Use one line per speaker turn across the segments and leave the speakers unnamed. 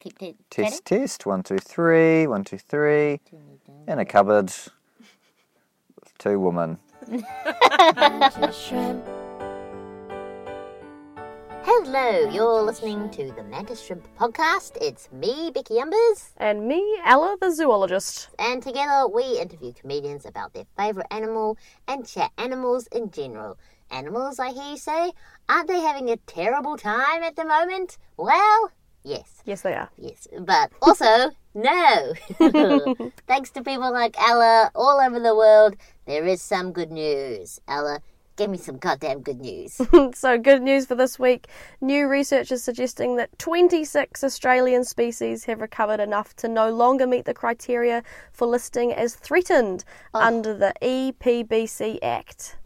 Tick, tick.
Test, test. One, two, three. One, two, three. In a cupboard with two women.
Hello, you're listening to the Mantis Shrimp podcast. It's me, Becky Umbers,
And me, Ella, the zoologist.
and together we interview comedians about their favourite animal and chat animals in general. Animals, I hear you say, aren't they having a terrible time at the moment? Well, yes.
Yes, they are.
Yes, but also no. Thanks to people like Ella all over the world, there is some good news. Ella, give me some goddamn good news.
so, good news for this week. New research is suggesting that 26 Australian species have recovered enough to no longer meet the criteria for listing as threatened under the E EPBC Act.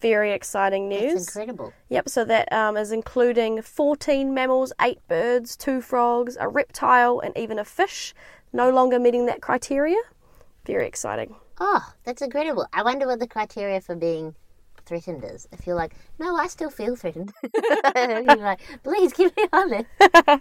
Very exciting
It's
news.
incredible.
Yep, so that um, is including 14 mammals, 8 birds, 2 frogs, a reptile, and even a fish, no longer meeting that criteria. Very exciting.
Oh, that's incredible. I wonder what the criteria for being threatened is. If you're like, no, I still feel threatened. you're like, please give me on it.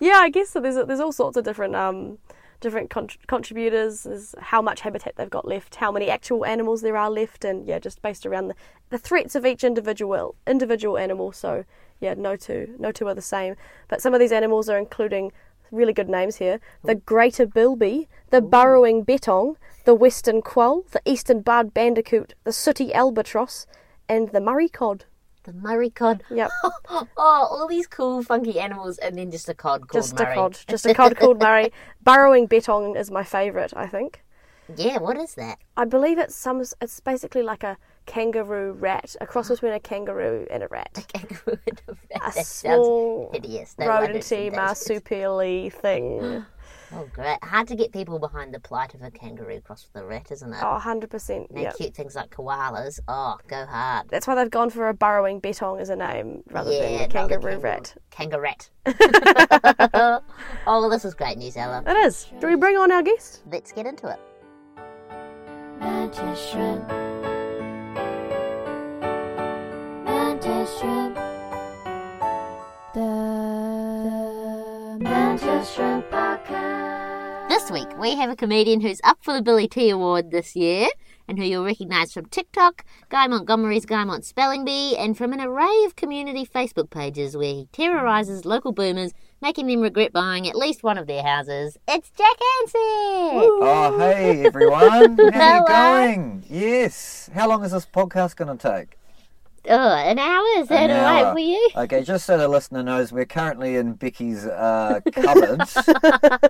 Yeah, I guess so. There's there's all sorts of different um, different con- contributors. There's how much habitat they've got left, how many actual animals there are left, and yeah, just based around the, the threats of each individual individual animal. So yeah, no two no two are the same. But some of these animals are including really good names here: the greater bilby, the burrowing betong, the western quoll, the eastern barred bandicoot, the sooty albatross, and the murray cod.
The Murray cod.
Yep.
Oh, all these cool, funky animals, and then just a cod called
Just
Murray.
a cod, just a cod called Murray. Burrowing betong is my favourite, I think.
Yeah, what is that?
I believe it's some. It's basically like a kangaroo rat, a cross between a kangaroo and a rat,
Kangaroo and a rat.
a
That sounds
small
hideous. No wonder it's
rodenty
endangered.
marsupially thing.
Oh, great. Hard to get people behind the plight of a kangaroo crossed with a rat, isn't it?
Oh, 100 percent.
and
Yeah,
cute things like koalas. Oh, go hard.
that's why they've gone for a burrowing betong as a name rather than a
not the
kangaroo rat.
kangaroo rat. oh, well, this is great news, Ella.
It is. Do we bring on our guest?
Let's get into it. This week, we have a comedian who's up for the Billy T Award this year and who you'll recognise from TikTok, Guy Montgomery's Guymont Spelling Bee, and from an array of community Facebook pages where he terrorises local boomers, making them regret buying at least one of their houses. It's Jack Hansen!
Oh, hey, everyone. How
Hello.
you going? Yes. How long is this podcast going to take?
Oh, an hour? Is that
An
all right
hour.
for you?
Okay, just so the listener knows, we're currently in Becky's uh, cupboard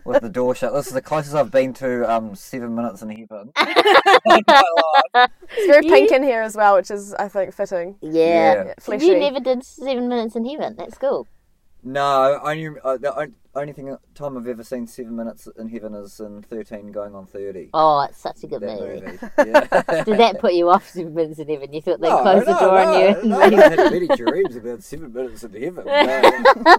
with the door shut. This is the closest I've been to um, seven minutes in heaven. In my life.
It's very pink in here as well, which is I think fitting.
Yeah.
Yeah.
Fleshy.
You never did Seven Minutes in Heaven. That's cool.
No, only uh, the on- only thing time I've ever seen seven minutes in heaven is in thirteen going on thirty.
Oh, it's such a good
that
movie.
movie. Yeah.
Did that put you off Seven Minutes in Heaven? You thought they'd
No,
close the
no,
door
no,
on you?
no, I had many dreams about seven minutes in heaven. No.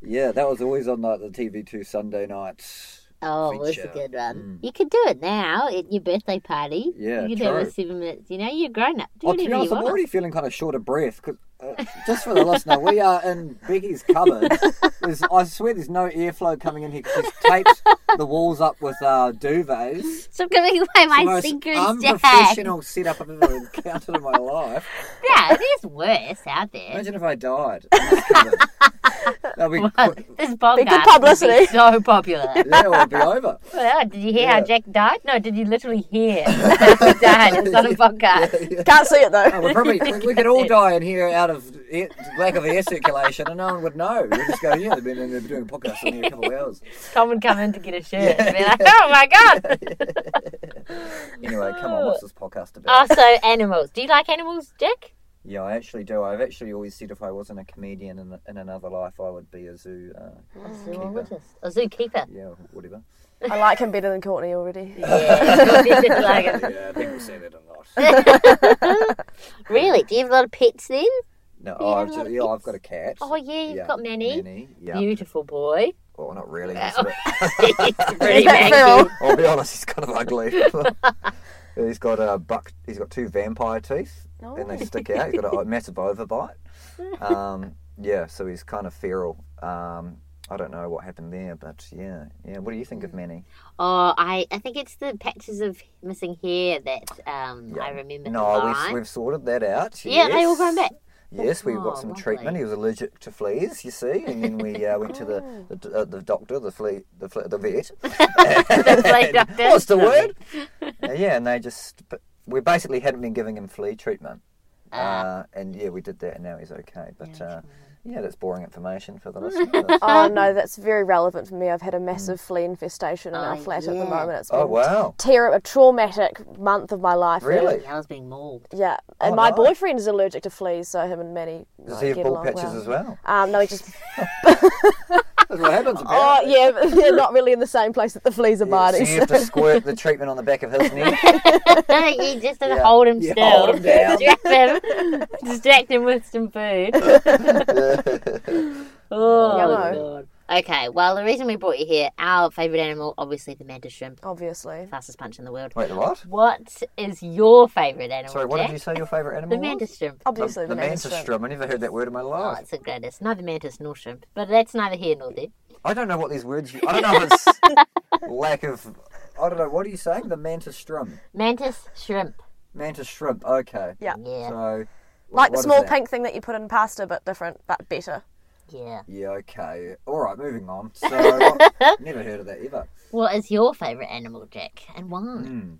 yeah, that was always on like the TV two Sunday nights.
Oh, that's a
Feature.
good one. You could do it now at your birthday party.
Hmm. Yeah,
you could have a
true.
seven minutes. You know, you're grown up. Do
Well, Oh, to
whatever
be honest,
you
I'm
want.
already feeling kind of short of breath. 'cause, uh, just for the listener, we are in Becky's cupboard. There's, I swear there's no airflow coming in here because she's taped the walls up with uh, duvets.
Stop giving away
The
my
most
secrets, Jack.
unprofessional setup I've ever encountered in my life.
Yeah, there's worse out there.
Imagine if I died. in this cupboard. That'd be quick.
Oh, This podcast
Be good
would
publicity.
so popular.
Yeah, it would be over.
well, did you hear how
Yeah.
Jack died? No, did you literally hear? Jack died. It's not a podcast.
Can't see it though.
Oh, we probably we, we could all die in here out of air, lack of air circulation, and no one would know. We'd just go, yeah, they've been, they've been doing podcasts in here a couple of hours.
Tom would come in to get a shirt and be like, oh my god.
Anyway, come on, what's this podcast about?
Also, animals. Do you like animals, Jack?
yeah, I actually do. I've actually always said if I wasn't a comedian in, in another life, I would be a zoo. Uh,
A zoologist. A zookeeper.
yeah, whatever.
I like him better than Courtney already.
Yeah. you didn't like it.
Yeah, people say that a lot.
Really? Do you have a lot of pets then?
No,
you
oh,
have a
I've just,
lot of
yeah, I've
kids?
got a cat.
Oh, yeah, you've
Yeah,
got Manny.
Manny, yeah.
Beautiful boy.
Well, not really. he's a bit-
Very mangy.
That feral.
I'll be honest, he's kind of ugly. he's got a buck. He's got two vampire teeth, and they stick out. He's got a, massive overbite. Um, yeah, so he's kind of feral. Um, I don't know what happened there, but yeah, yeah. What do you think of Manny?
Oh, I, I think it's the patches of missing hair that um, I remember. the
No, we've,
line.
we've sorted that out.
Yeah, they all
yes.
grown back.
Yes, we
Oh,
got some
lovely.
treatment. He was allergic to fleas, you see, and then we uh, went to
Oh.
the the, d- uh, the doctor, the flea, the flea, the vet.
The flea
And-
doctor.
What's the word? Uh, yeah, and they just but we basically hadn't been giving him flea treatment, uh,
Ah.
and yeah, we did that, and now he's okay. But yeah, uh, yeah that's boring information for the listeners.
Oh no, that's very relevant for me. I've had a massive flea infestation in our
Mm. Oh,
flat at
yeah.
the moment. It's been
oh wow,
ter- a traumatic month of my life.
really?
Yeah, I was being mauled.
Yeah, and
Oh,
my
no.
boyfriend is allergic to fleas, so him and Manny
Does
like,
he have
get
bald
along
patches
well.
as Oh, well?
Um, no, he just.
That's what happens.
Oh
apparently.
yeah, but they're not really in the same place that the fleas are
Yeah,
biting.
so you have to squirt the treatment on the back of his neck.
you just have to
Yeah.
hold him
Yeah,
still.
hold him down.
Distract him. Distract him with some food. oh,
Yellow.
God. Okay, well, the reason we brought you here, our favourite animal, obviously the mantis shrimp,
Obviously,
fastest punch in the world.
Wait, the what?
What is your favourite animal?
Sorry, what
Jack?
did you say your favourite animal
The
was?
mantis shrimp.
obviously
the, the
mantis
mantis
shrimp.
shrimp. I never heard that word in my
Oh,
life.
it's the greatest. Neither mantis nor shrimp, but that's neither here nor there.
I don't know what these words. I don't know if it's lack of. I don't know. What are you saying? The mantis shrimp.
Mantis shrimp.
Mantis shrimp. Okay.
Yeah.
Yeah,
So. wh-
Like
what
the
is
small
that?
pink thing that you put in pasta, but different, but better.
yeah.
Yeah. Okay. All right. Moving on. So. I've never heard of that ever.
What is your favourite animal, Jack, and why?
Mm.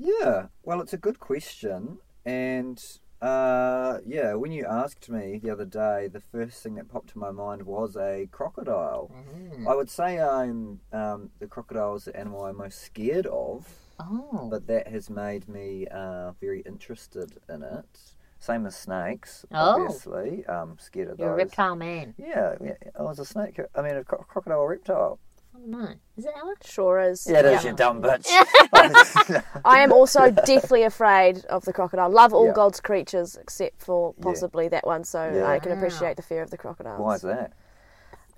Yeah. Well, it's a good question, and uh, yeah, when you asked me the other day, the first thing that popped to my mind was a crocodile.
Mm-hmm.
I would say I'm um, the crocodile is the animal I'm most scared of.
Oh,
but that has made me uh, very interested in it. Same as snakes,
Oh.
obviously. Um, scared of
you're a
those.
reptile man.
Yeah, yeah, I was a snake. I mean, a cro- crocodile reptile.
Oh, no, is it Alex?
Sure is.
Yeah, that's you dumb bitch.
I am also deathly afraid of the crocodile. Love all
Yeah.
God's creatures except for possibly that one, so
Yeah.
I can
Wow.
appreciate the fear of the crocodiles.
Why is that?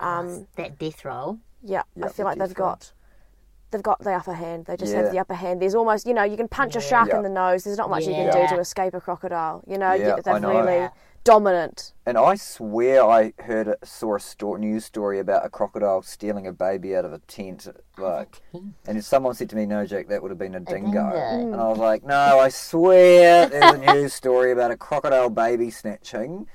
Um,
That death roll.
yeah,
Yeah,
I feel
the
like they've
teeth
got they've got the upper hand. They just
Yeah.
have the upper hand. There's almost you know you can punch a shark
Yeah.
in the nose. There's not much you
Yeah.
can do to escape a crocodile. You know
Yeah,
yeah,
I
they're
know.
really
Yeah.
dominant.
And I swear I heard a, saw a sto- news story about a crocodile stealing a baby out of a tent. Like, and if someone said to me, "No, Jack, that would have been a dingo,"
dingo.
and I was
Hmm.
like, "No, I swear there's a news story about a crocodile baby snatching."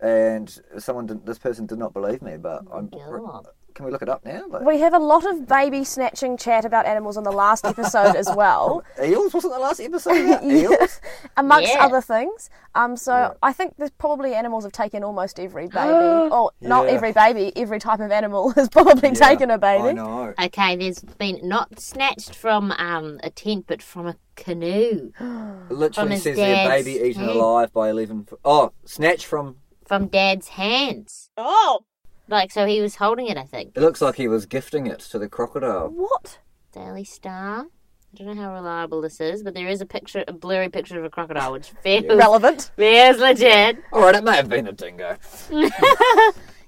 And someone, did, this person did not believe me, but I'm.
God.
Can we look it up now? Like,
We have a lot of baby snatching chat about animals on the last episode as well.
eels wasn't the last episode about eels.
amongst
Yeah.
other things. Um, so I think there's probably animals have taken almost every baby. oh, not
Yeah.
every baby, every type of animal has probably taken a
I
baby.
know.
Okay, there's been not snatched from um, a tent, but from a canoe.
It literally
his
says their
dad's
baby eaten
hand.
alive by eleven. F- oh, snatch from.
From dad's hands.
Oh,
Like, so he was holding it, I think.
It looks like he was gifting it to the crocodile.
what?
Daily Star. I don't know how reliable this is, but there is a picture, a blurry picture of a crocodile, which feels,
Relevant.
feels legit.
All right, it may have been a dingo.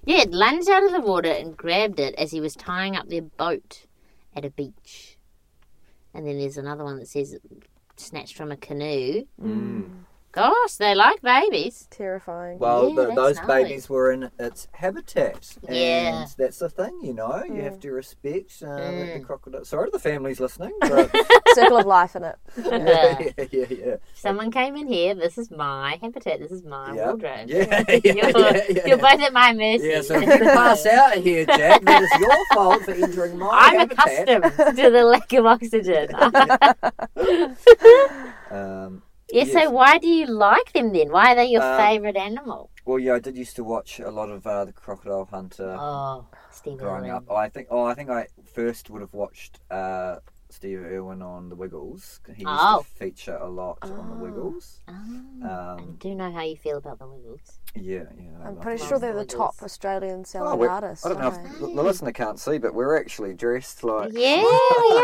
Yeah, it lunged out of the water and grabbed it as he was tying up their boat at a beach. And then there's another one that says snatched from a canoe.
Mm.
Gosh, they like babies.
Terrifying.
Well,
Yeah,
th
that's
those
nice.
babies were in its habitat, and
Yeah. Mm.
that's the thing, you know. You have to respect uh, that the crocodile. Sorry, to the family's listening, but
Circle of life in it.
yeah, yeah, yeah,
Uh, If someone came in here, this is my habitat, this is my
yeah,
wardrobe.
yeah, yeah, yeah,
You're,
yeah,
you're both at my mercy.
Yeah, so if you pass out of here, Jack, that is your fault for entering my
I'm
habitat.
accustomed to the lack of oxygen.
Um,
yeah,
Yes.
so why do you like them then? Why are they your
Um,
favourite animal?
well, yeah, I did used to watch a lot of uh, the Crocodile Hunter
Oh, Steve
uh, growing
Irwin.
up. I think. Oh, I think I first would have watched uh, Steve Irwin on The Wiggles. He used
Oh.
to feature a lot on The Wiggles.
Oh, I
Um,
do know how you feel about the Wiggles.
yeah, yeah. I
I'm
love
pretty
them.
sure they're the
Wiggles.
top Australian
Oh,
selling
we're-
artists.
I don't know.
aren't
If, the the listener can't see, but we're actually dressed like.
Yeah, we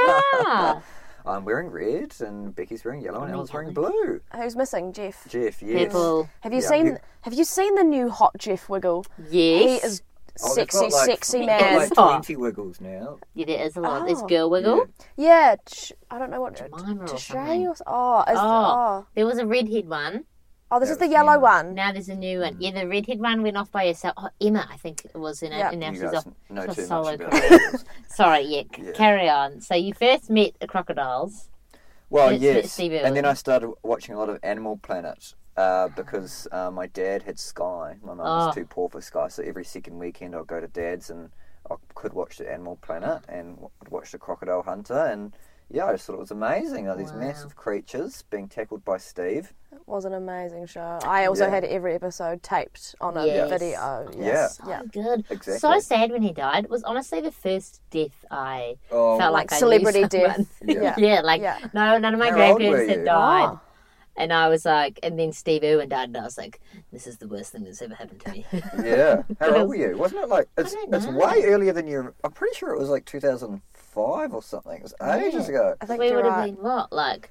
are.
I'm wearing red, and Becky's wearing yellow, and
mean,
Ellen's wearing blue.
they? Who's missing? Jeff.
Jeff, yes.
People.
Have you
Yeah,
seen?
you-
Have you seen the new hot Jeff Wiggle? He
Yes.
is
Oh, they've
sexy,
got, like-
sexy
they've
man.
got, like
Stop.
twenty wiggles now.
Yeah, there is a lot. There's
Oh.
Girl Wiggle.
yeah, ch- I don't know what.
Jemima or
Tishray
something.
or s- oh, is,
Oh.
oh.
There was a redhead one.
Oh, this is
That
the
was
yellow
Emma.
one.
Now there's a new one.
Hmm.
Yeah, the redhead one went off by herself. Oh, Emma, I think it was in it.
Yeah.
And now
you
she's
guys
off.
know
she's off
too
solo
much about it.
Sorry, yeah, c-
Yeah.
carry on. So you first met the crocodiles.
Well,
It's- it's
yes,
Steve
and
Irwin.
then I started watching a lot of Animal Planet uh, because uh, my dad had Sky. My mum
Oh.
was too poor for Sky, so every second weekend I'd go to dad's and I could watch the Animal Planet and w- watch the Crocodile Hunter. And yeah, I just thought it was amazing. Like, these
Wow.
massive creatures being tackled by Steve.
It was an amazing show. I also
Yeah.
had every episode taped on a
Yes.
video.
Yeah.
Yes.
So
Yeah.
Oh, good. So
Exactly.
sad when he died. It was honestly the first death I
Oh,
felt like,
Like
I knew
celebrity
someone.
death.
Yeah.
Yeah, like
Yeah. Ah,
no, none of my
How old were
grandparents
you? Oh.
had died. And I was like, and then Steve Irwin died, and I was like, this is the worst thing that's ever happened to me.
yeah. How
Because-
old were you? Wasn't it like it's
don't
it's
know.
way earlier than you? I'm pretty sure it was like 2005 or something. It was ages
Yeah.
ago.
I think
we
you're
would have
right.
been what, like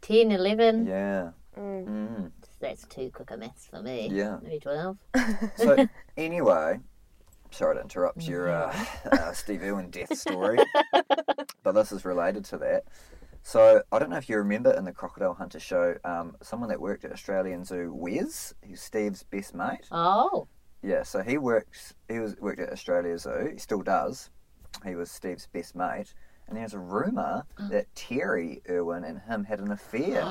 10, 11?
Yeah.
Mm.
Mm.
That's too quick a maths for me.
Yeah.
Maybe 12.
So anyway, sorry to interrupt your uh, uh, Steve Irwin death story, but this is related to that. So I don't know if you remember in the Crocodile Hunter show, um, someone that worked at Australian Zoo, Wes, who's Steve's best mate.
Oh.
Yeah, so he works. He was worked at Australia Zoo. He still does. He was Steve's best mate, and there's a rumor that Terry Irwin and him had an affair.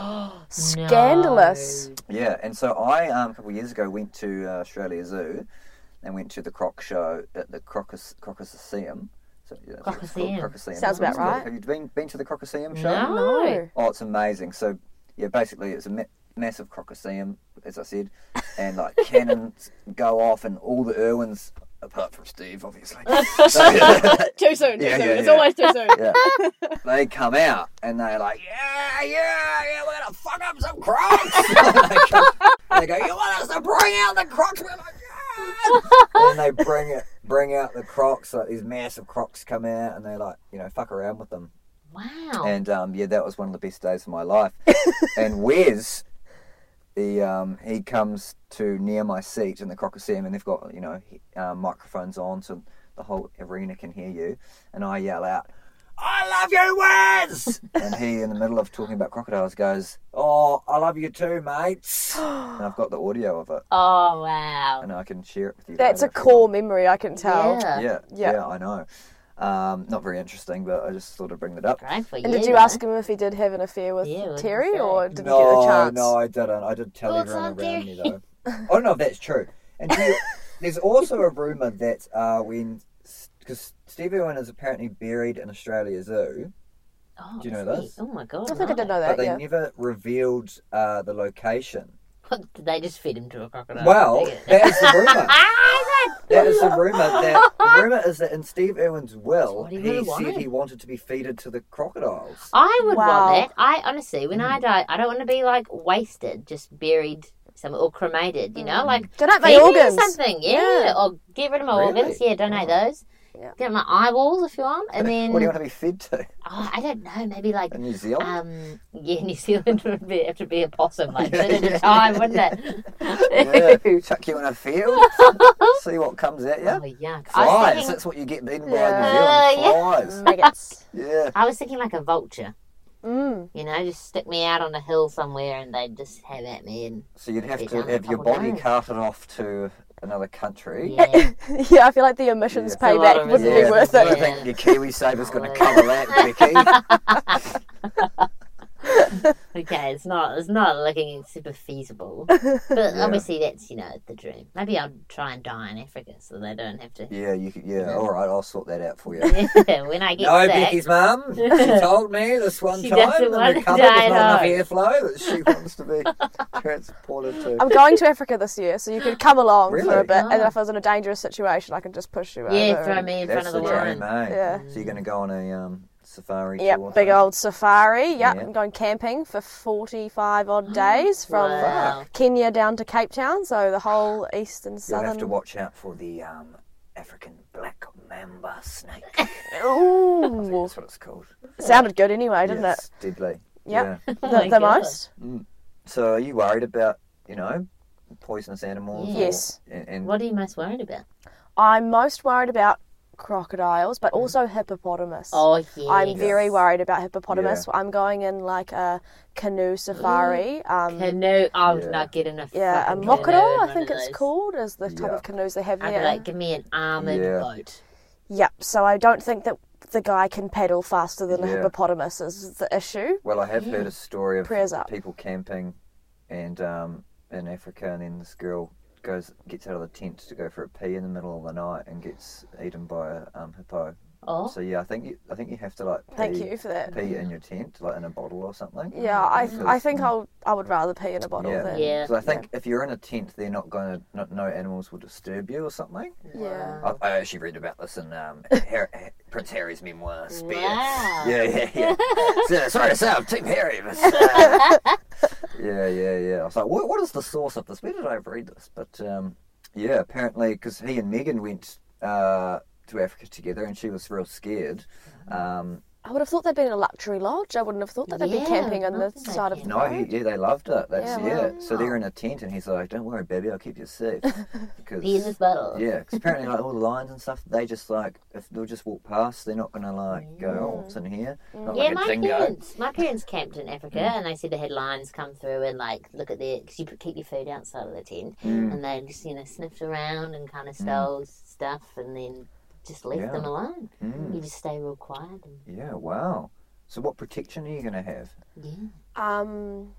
Scandalous.
No.
Yeah, and so I um, a couple of years ago went to uh, Australia Zoo and went to the croc show at the Crocus Crocuseum. So, yeah, that's what it's called,
Crocuseum.
Crocuseum.
Sounds
That's what
about
it's called.
right.
Have you been been to the Crocuseum show?
No.
No.
Oh, it's amazing. So yeah, basically it's a ma- massive Crocuseum, as I said, and like cannons go off, and all the Irwins, apart from Steve, obviously.
Too soon.
too Yeah, soon. yeah, It's yeah. always
too soon.
Yeah. uh, they come out and they're like, yeah, yeah, yeah, we're gonna fuck up some crocs. they, come, they go, you want us to bring out the crocs? We're like, yeah. and they bring it, bring out the crocs. Like these massive crocs come out and they like, you know, fuck around with them.
Wow.
And um, yeah, that was one of the best days of my life. and Wes, he um, he comes to near my seat in the Crocuseum, and they've got you know he- uh, microphones on, so the whole arena can hear you. And I yell out, "I love you, Wes!" and he, in the middle of talking about crocodiles, goes, "Oh, I love you too, mates." and I've got the audio of it,
oh, wow.
and I can share it with you.
That's
later
a
if you
core memory, I can tell.
Yeah.
Yeah,
Yeah.
yeah, I know. Um, not very interesting, but I just thought I'd bring that up.
Great for
And
you.
did you ask him if he did have an affair with
Yeah, what did he
Terry
say?
or didn't
no,
get a chance?
No, I didn't. I did tell
Well, it's
everyone
not
around
there.
me though. I don't know if that's true. And do you, there's also a rumor that uh, when because Steve Irwin is apparently buried in Australia Zoo,
Oh,
Do you know
that's
this?
neat. Oh, my God.
I think I did know
but
that,
they
yeah.
never revealed uh, the location.
What, did they just feed him to a crocodile?
well,
Dang it.
that is the rumor.
Ah, is it?
that is the rumor. That the rumor is that in Steve Irwin's will,
what he
he,
really
said
wanted.
he wanted to be feeded to the crocodiles.
I would
Wow. Mm.
want that. I honestly, when I die, I don't want to be like wasted, just buried somewhere or cremated. You know, like
Mm. Donate my
feed me
organs.
something. Yeah. or get rid of my
Really?
organs. Yeah, donate those.
Yeah.
Get my eyeballs if you want, and then
What do you want to be fed to
oh, I don't know, maybe like
in New Zealand?
um, yeah, New Zealand would be, have to be a possum like
Yeah,
that at
yeah,
a time, wouldn't
yeah,
it?
chuck you in a field, see what comes at you.
Oh, yuck. I
Flies.
was thinking,
That's what you get eaten
Yeah.
by in New Zealand. Flies.
Maggots.
Yeah.
I was thinking like a vulture.
Mm.
You know, just stick me out on a hill somewhere, and they'd just have at me and.
So you'd have
It's
to
only a
have your
couple
body
days.
carted off to another country.
Yeah.
yeah, I feel like the emissions
Yeah.
It's a lot
payback
of
wouldn't be
emissions.
worth
I
it.
Yeah.
think your Kiwi Saver's going
Oh,
to cover that, Vicky.
Okay, it's not it's not looking super feasible. But obviously that's, you know, the dream. Maybe I'll try and die in Africa so they don't have to
yeah, you could, yeah. All right, I'll sort that out for you.
when I get
No,
sick.
Becky's mum. She told me this one
She
time
doesn't
in
want
the
to
cupboard
die
there's
at
not enough
home.
airflow that she wants to be transported to.
I'm going to Africa this year, so you could come along for a
Really?
bit. And
Oh.
if I was in a dangerous situation, I can just push you
Yeah,
over.
throw
and-
me in front
That's
of
the
the
dream,
lion.
eh?
Yeah.
So you're going to go on a um, safari tour?
Yep, big
thing?
old safari. Yep,
Yeah.
I'm going camping for 45 odd days from
Wow.
Kenya down to Cape Town, so the whole east and
You'll
southern.
have to watch out for the um, African black mamba snake.
Ooh,
That's what it's called.
sounded good anyway, didn't
Yeah,
it?
it's deadly.
Yep.
Yeah.
Oh
The,
my
the
God.
most?
So are you worried about, you know, poisonous animals? or-
Yes.
and, and
What are you most worried about?
I'm most worried about crocodiles, but also hippopotamus.
Oh, yes.
I'm very worried about hippopotamus. I'm going in like a canoe safari. Um,
Canoe. I would
Yeah.
not get enough.
yeah, a
fucking canoe in
mokoro,
one
I
of
think it's
those.
called, is the type
Yeah.
of canoes they have
I'd
here.
be like, give me an almond
Yeah.
boat.
Yep. So I don't think that the guy can paddle faster than a
Yeah.
hippopotamus is the issue.
Well, I have heard a story of
Prayers up.
people camping and um, in Africa, and then this girl goes gets out of the tent to go for a pee in the middle of the night and gets eaten by a um, hippo.
Oh,
So yeah, I think you, I think you have to like pee,
Thank you for that.
pee in your tent, like in a bottle or something.
Yeah, I
Because-
I think I'll I would rather pee in a bottle
Yeah.
than
Yeah.
Because I think if you're in a tent, they're not going to, not, no animals will disturb you or something.
Yeah.
I, I actually read about this in um, Har- Prince Harry's memoir, Spear.
Wow.
Yeah, yeah, yeah. so, sorry to say, I'm Team Harry. But, uh, yeah, yeah, yeah. I was like, what, what is the source of this? Where did I read this? But um, yeah, apparently, because he and Megan went uh, to Africa together and she was real scared. Um,
I would have thought they'd been in a luxury lodge. I wouldn't have thought that they'd
Yeah,
be camping on
I
the
think they'd
side of
be.
the
no, he,
road.
yeah, they loved it. That's,
Yeah,
yeah,
wow.
So they're in a tent and he's like, don't worry, baby, I'll keep you safe. Because,
be in this bottle.
Yeah, 'cause apparently like all the lions and stuff, they just like if they'll just walk past, they're not gonna like go, oh, it's in here. Not
Mm. Yeah,
like
my
a Mm. dingo.
parents, my parents camped in Africa, and they said they had lions come through and like look at their because you keep your food outside of the tent,
Mm.
and they just you know sniffed around and kind of stole stuff, and then just left
Yeah.
them alone.
Mm.
You just stay real quiet. And,
Yeah, wow. So what protection are you gonna have?
yeah,
Um,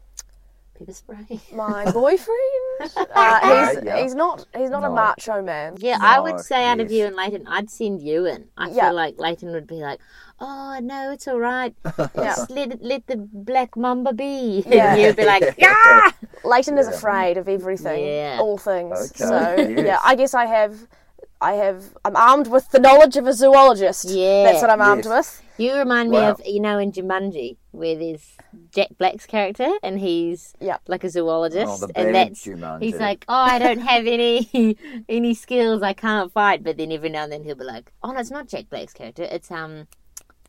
pepper spray.
my boyfriend. uh, he's
Yeah, yeah.
he's not he's not a
No.
macho man.
Yeah, I would
Mark,
say out of
yes.
you and Leighton, I'd send you in. I
Yeah.
feel like Leighton would be like, "Oh no, it's all right.
Yeah.
Just let it, let the black mamba be."
Yeah.
And you'd be
Oh,
like, "Ah!" "Yeah."
Leighton is
Yeah.
afraid of everything,
Yeah.
all things.
Okay,
So
yes.
yeah, I guess I have, I have, I'm armed with the knowledge of a zoologist.
Yeah.
that's what I'm armed
Yes.
with.
You remind me
Wow.
of you know in Jumanji where there's Jack Black's character and he's
Yeah.
like a zoologist
Oh, the
and
bad
that's
Jumanji.
he's like, "Oh, I don't have any any skills. I can't fight." But then every now and then he'll be like, "Oh, no, it's not Jack Black's character. It's um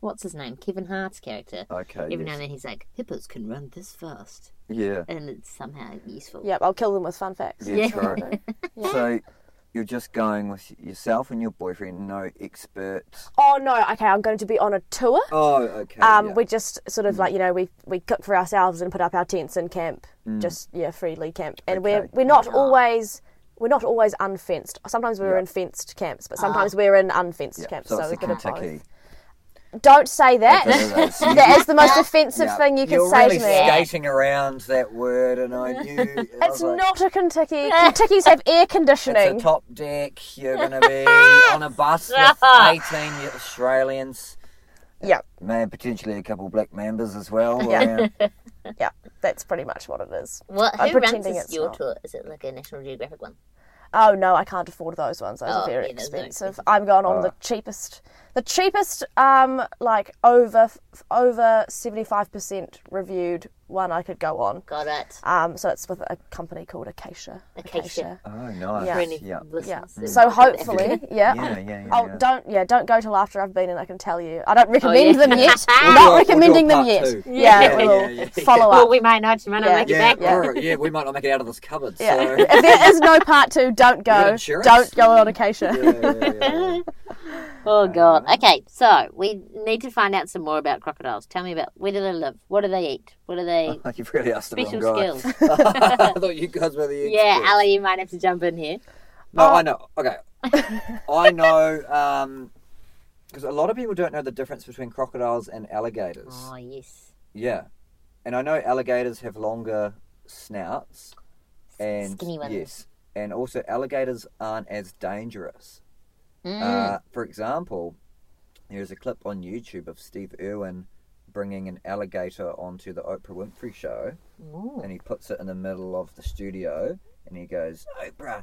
what's his name? Kevin Hart's character."
Oh,
Okay.
Every now
yes.
and then he's like, hippos can run this fast.
Yeah.
and it's somehow useful.
Yep, I'll kill them with fun facts.
Yeah,
Yeah.
right. So you're just going with yourself and your boyfriend, no experts.
Oh no, okay, I'm going to be on a tour.
Oh, okay.
Um,
yeah.
we just sort of like you know we we cook for ourselves and put up our tents and camp, just yeah, freely camp. And we're
Mm. Okay.
we're not
Ah.
always we're not always unfenced. Sometimes we're in fenced camps,
Ah.
but sometimes we're in unfenced
Yeah,
camps.
so,
So,
it's
we're
a
going to
Kentucky.
Don't say that.
Yeah.
that is the most offensive
Yeah.
thing you can
You're
say
really
to me.
skating around that word, and I knew. I
It's
was like,
not a Kentucky. Kentuckys have air conditioning.
It's a top deck. You're going to be on a bus with
Ah.
18 Australians,
yeah,
man, potentially a couple black members as well.
Yeah.
around.
yeah, that's pretty much what it is.
What?
I'm
Who runs
pretending
this
it's
your
not.
tour? Is it like a National Geographic one?
Oh no, I can't afford those ones. Those
Oh,
are very
yeah, those are
expensive. I'm going on the cheapest, the cheapest, um, like over over seventy five percent reviewed one I could go on.
Got it.
Um, so it's with a company called Acacia.
Acacia.
Oh, nice.
Yeah.
Yeah.
For any
Yeah.
Yeah.
listeners who
So
don't know.
hopefully, yeah.
Yeah, yeah, yeah,
Oh,
yeah.
don't yeah, don't go till after I've been in. I can tell you, I don't recommend
yeah.
them yet.
We'll
do a-
not
we'll
recommending
do a
them
part
yet.
two.
Yeah,
Yeah,
we'll
yeah, yeah.
follow up.
Well, we might not. You might not
Yeah.
make it
Yeah,
back.
Yeah.
alright, yeah, we might not make it out of this cupboard.
Yeah.
So.
if there is no part two,
Get
don't go.
insurance.
Don't go on Acacia.
Yeah, yeah, yeah.
Oh god. Okay, so we need to find out some more about crocodiles. Tell me about where do they live? What do they eat? What do they?
Like You've really asked the
Special
wrong
skills.
guy. I thought you guys were the
yeah, Oh.
experts.
Ali, you might have to jump in here.
No, I know. Okay. I know because a lot of people don't know the difference between crocodiles and alligators.
Oh yes.
Yeah, and I know alligators have longer snouts, and
skinny ones.
yes, and also alligators aren't as dangerous.
Mm.
Uh, for example, there's a clip on YouTube of Steve Irwin bringing an alligator onto the Oprah Winfrey Show,
Ooh.
and he puts it in the middle of the studio, and he goes, "Oprah,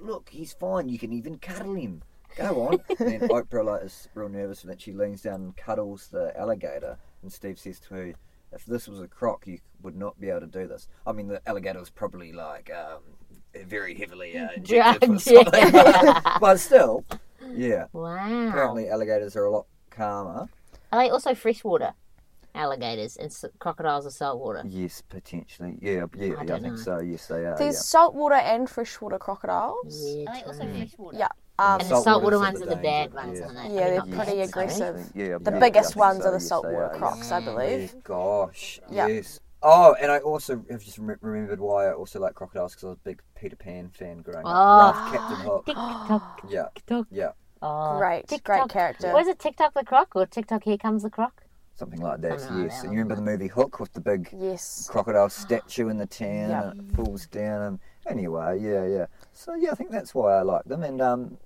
look, he's fine. You can even cuddle him." Go on. and then Oprah like, is real nervous, and then she leans down and cuddles the alligator. And Steve says to her, "If this was a croc, you would not be able to do this. I mean, the alligator was probably like um, very heavily uh, injected with
Drugged,
something, but still, yeah.
Wow.
Apparently, alligators are a lot calmer.
Are they also freshwater alligators and s- crocodiles are saltwater?
Yes, potentially. Yeah, yeah,
I
yeah, I
don't
think
know.
so. Yes, they are.
There's
yeah.
saltwater and freshwater crocodiles.
Are they also freshwater?
Yeah,
Um,
And the saltwater ones are the bad ones, aren't they?
Yeah,
I mean,
they're
not bad,
pretty
sorry.
aggressive.
Yeah,
The
yeah, I
biggest
think
ones
so, "Oh,
are the
yes, they
saltwater
are,
crocs, I believe.
Oh, Gosh,
Yeah.
yes. Oh, and I also have just rem- remembered why I also like crocodiles because I was a big Peter Pan fan growing
Oh.
up. Love Captain Hook.
Tick tock,
Yeah,
tick tock.
yeah,
Oh,
Great,
tick
great
tock.
character.
Was it TikTok the croc or TikTok Here Comes the Croc?
something like that.
Something like
yes,
that,
and you remember the movie Hook with the big
Yes.
crocodile statue in the town,
Yeah.
and it falls down. And anyway, yeah, yeah. So yeah, I think that's why I like them. And um,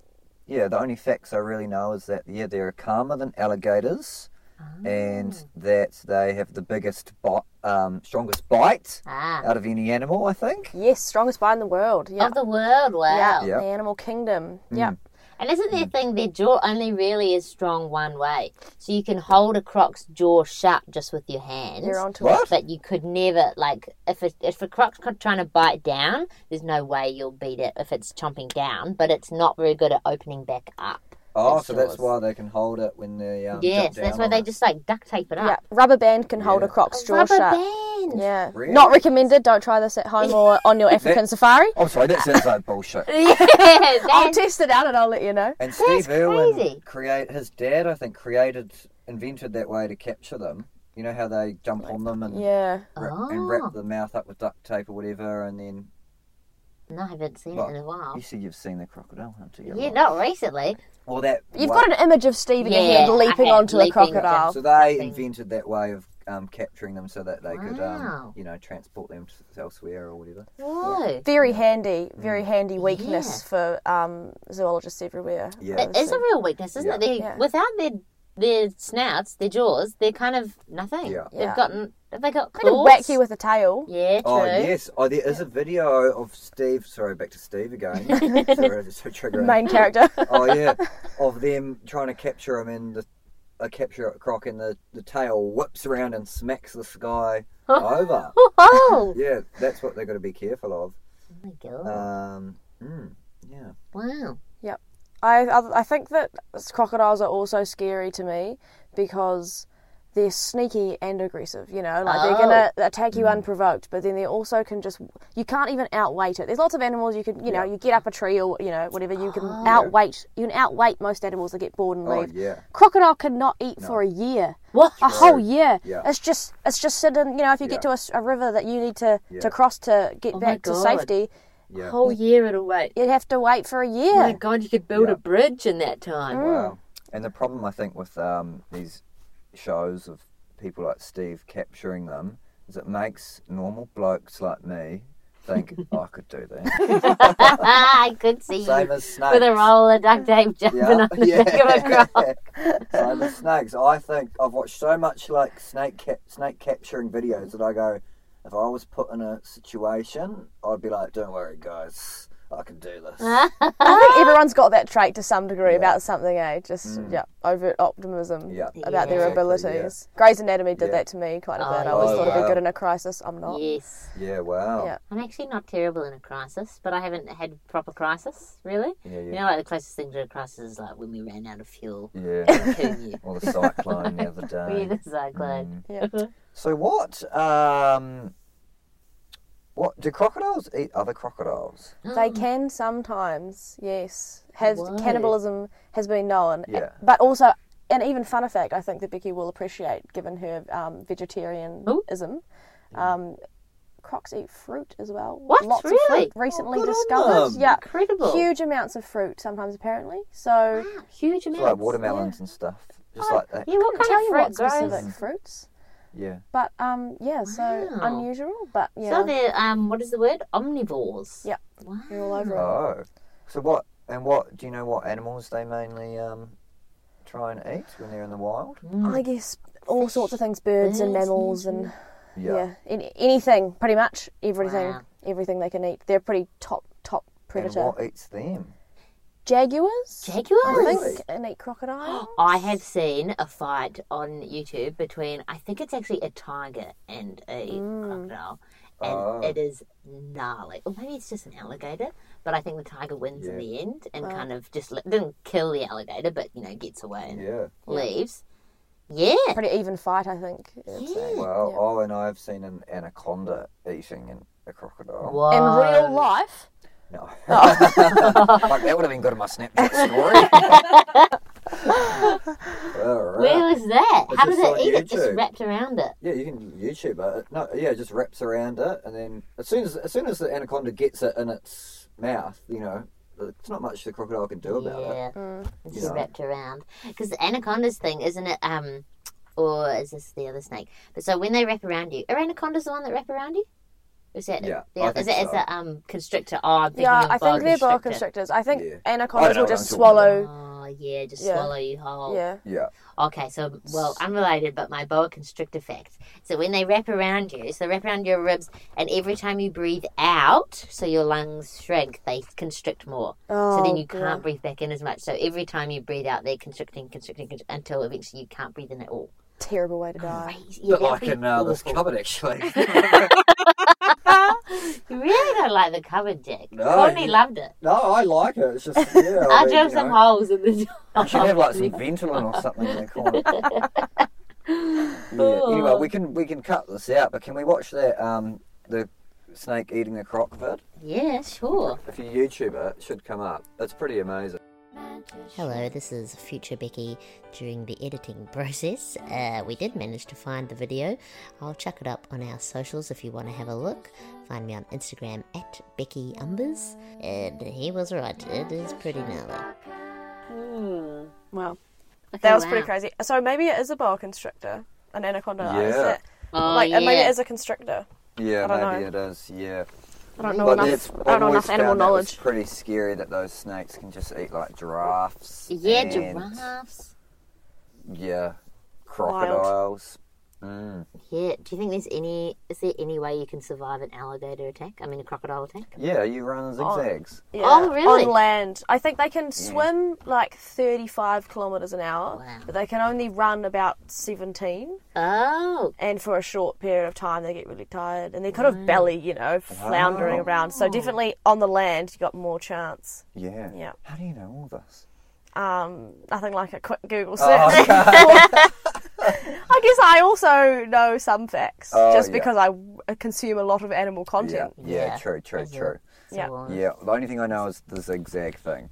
yeah, the only facts I really know is that yeah, they're calmer than alligators,
Ah.
and that they have the biggest, bite, um, strongest bite
Ah,
out of any animal. I think.
Yes, strongest bite in the world. Yeah.
of the world, wow.
yeah.
Yeah.
The animal kingdom.
Mm.
Yeah.
And isn't their thing their jaw only really is strong one way? So you can hold a croc's jaw shut just with your hands.
You're onto it.
What?
But you could never like if a, if a croc's co- trying to bite down, there's no way you'll beat it if it's chomping down. But it's not very good at opening back up.
Oh,
It's
so that's
yours.
why they can hold it when they um,
yes,
jump down
that's why
on
they
it.
just like duct tape it
Yeah.
up.
Rubber band can hold a
Yeah.
croc's jaw
Rubber
shut.
band.
Yeah.
Really?
Not recommended. Don't try this at home or on your African safari.
Oh, sorry, that sounds like bullshit.
Yeah,
I'll
that's-
test it out and I'll let you know.
And Steve
crazy.
Irwin create his dad, I think, created invented that way to capture them. You know how they jump on them and
Yeah.
wrap,
Oh.
and wrap the mouth up with duct tape or whatever, and then
no, I haven't seen
Well,
it in a while.
you see you've seen the crocodile hunter.
Oh. Yeah, not recently.
Or that.
You've
wa-
got an image of Steve in your
Yeah,
head
I
leaping
have,
onto
leaping.
a crocodile.
So they
something.
invented that way of um, capturing them so that they could,
Wow.
um, you know, transport them to elsewhere or whatever.
No.
Very handy,
Mm.
very handy weakness for um, zoologists everywhere.
Yeah.
It is a
obviously.
real weakness, isn't
Yeah.
it? They,
Yeah.
Without their their snouts, their jaws, they're kind of nothing.
Yeah.
They've
Yeah.
gotten have they got
They can
claws?
whack you with a tail.
yeah, true.
Oh yes, oh there is a video of Steve. Sorry, back to Steve again. sorry, it's so triggering.
Main character.
oh yeah, of them trying to capture him in the a capture a croc and the, the tail whips around and smacks the sky over.
Oh,
Yeah, that's what they're going to be careful
my
of.
god!
Um, mm, yeah.
wow.
I, I I think that crocodiles are also scary to me because they're sneaky and aggressive. You know, like they're gonna
Oh.
attack
Mm.
you unprovoked, but then they also can just you can't even outweight it. There's lots of animals you can you know you get up a tree or you know whatever you can
Oh.
outweight you can outweight most animals that get bored and
Oh
leave.
yeah.
Crocodile cannot eat for a year.
What?
A whole year.
Yeah.
It's just it's just sitting. You know, if you get
Yeah.
to a s- a, river that you need to,
Yeah.
to cross to get
Oh my
back to
God.
safety,
Yeah.
Whole year it'll wait.
you'd have to wait for a year.
Oh my god, you could build
Yeah.
a bridge in that time.
Wow.
Hmm.
And the problem I think with um, these shows of people like Steve capturing them is it makes normal blokes like me think oh, I could do that.
I could see
Same
you
as snakes.
with a roll of duct tape jumping on the back of a croc.
so the snakes, I think I've watched so much like snake cap- snake capturing videos that I go, if I was put in a situation, I'd be like, don't worry, guys, I can do this.
I think
Ah.
everyone's got that trait to some degree about something, eh? Just yeah, overt optimism
Mm. Yeah.
about their
Exactly,
abilities.
yeah.
Grey's Anatomy did
Yeah.
that to me quite a
Oh,
bit. I always
yeah.
thought I'd
Oh,
be good
wow.
in a crisis. I'm not.
Yes.
Yeah, wow.
Yeah.
I'm actually not terrible in a crisis, but I haven't had proper crisis, really.
Yeah,
You
yeah.
know, like the closest thing to a crisis is like when we ran out of fuel.
Yeah.
Couldn't you?
or the cyclone the other
We
day.
the
Mm.
Mm.
cyclone.
So what? Um, what do crocodiles eat other crocodiles?
Mm.
They can sometimes, yes. Has
Whoa.
cannibalism has been known,
Yeah.
but also an even funner fact I think that Becky will appreciate, given her um, vegetarianism. Um, crocs eat fruit as well.
What?
Lots of
Really?
fruit recently
good on
discovered.
them.
Yeah,
Incredible.
huge amounts of fruit sometimes apparently. So.
Wow, huge
It's
amounts.
like watermelons and stuff. Just like that.
Yeah, what
couldn't
kind
tell
of
you
fruit
what
grows?
specific fruits,
Yeah.
but um, yeah, so
Wow.
unusual, but yeah,
So they're um, what is the word? Omnivores.
Yep.
Wow.
they're all over. it.
Oh. So what? And what? Do you know what animals they mainly um, try and eat when they're in the wild?
Mm.
I guess all sorts of things, birds, and
Birds,
mammals, and yeah,
Yeah.
an- anything, pretty much everything,
Wow.
everything they can eat. They're a pretty top top
And
predator.
what eats them?
Jaguars,
Jaguars.
I think, and eat crocodile.
I have seen a fight on YouTube between I think it's actually a tiger and a crocodile, and
Oh.
it is gnarly. Or maybe it's just an alligator, but I think the tiger wins in
Yeah.
the end and kind of just li- didn't kill the alligator, but you know gets away and
Yeah.
leaves. Yeah.
Pretty even fight, I think. I'd say.
Well, oh, and I've seen an anaconda eating an, a crocodile.
Whoa.
In real life,
No. Fuck, that would have been good in my Snapchat story. All right.
Where was that?
It's
How does
just on
it eat it? Just
YouTube.
wrapped around it.
Yeah, you can YouTube it. No, yeah, it just wraps around it, and then as soon as as soon as the anaconda gets it in its mouth, you know, it's not much the crocodile can do about it.
Yeah,
Mm.
it's just
Yeah.
wrapped around. Because the anaconda's thing, isn't it? Um, or is this the other snake? But so when they wrap around you, are anacondas the one that wrap around you? Is that
Yeah,
the
I
other, is
think
it as
so.
a um constrictor? Oh, I'm thinking
Yeah,
of
I think they're boa
constrictor.
constrictors. I think
Yeah. I
anacondas
know
will
what
just
I'm talking about. Oh.
swallow.
Oh yeah, just
Yeah.
swallow you whole.
Yeah.
Yeah,
Okay, so well, unrelated, but my boa constrictor fact. So when they wrap around you, so they wrap around your ribs, and every time you breathe out, so your lungs shrink, they constrict more. so
Oh,
then you
God.
can't breathe back in as much. So every time you breathe out, they're constricting, constricting, constri- until eventually you can't breathe in at all.
Terrible way to
Oh,
die.
Yeah,
but
that
like
would
in
be
uh, this
awful.
cupboard actually.
You really don't like the cupboard, Jack.
No,
Courtney
you- Oh,
loved it.
no, I like it. It's just yeah.
I
mean,
drove
you
some
know,
holes in the
You should have like some Ventolin or something in the corner. Yeah.
Oh.
Anyway, we can we can cut this out, but can we watch that um the snake eating the croc vid?
Yeah, sure.
If you YouTube it, it should come up. It's pretty amazing.
Hello, this is Future Becky. During the editing process, uh, we did manage to find the video. I'll chuck it up on our socials if you want to have a look. Find me on Instagram at Becky Umbers. And he was right, it is pretty gnarly.
Wow.
That was pretty crazy. So maybe it is a boa constrictor, an anaconda. Yeah. Is
Yeah.
it?
Oh,
like, and maybe
yeah.
it is a constrictor.
Yeah,
I don't
maybe it is. Yeah.
I don't know
But that's-
enough.
I've
I don't know
always
enough animal
found that was
knowledge.
pretty scary that those snakes can just eat like giraffes.
Yeah,
and,
giraffes.
Yeah, crocodiles. Mm.
Yeah, do you think there's any, is there any way you can survive an alligator attack? I mean, a crocodile attack?
Yeah, you run zigzags.
Yeah.
Oh, really?
On land, I think they can swim like 35 kilometers an hour,
Wow.
but they can only run about 17.
Oh,
And for a short period of time, they get really tired, and they're kind of belly, you know, floundering
Wow.
around. So definitely on the land, you got more chance.
Yeah.
Yeah.
How do you know all this?
Um, nothing like a quick Google search.
Oh,
I guess I also know some facts
Oh,
just
yeah.
because I w- consume a lot of animal
yeah,
content.
yeah,
Yeah.
true, true,
Is it?
true.
so
Yeah.
on.
Yeah, the only thing I know is the zigzag thing.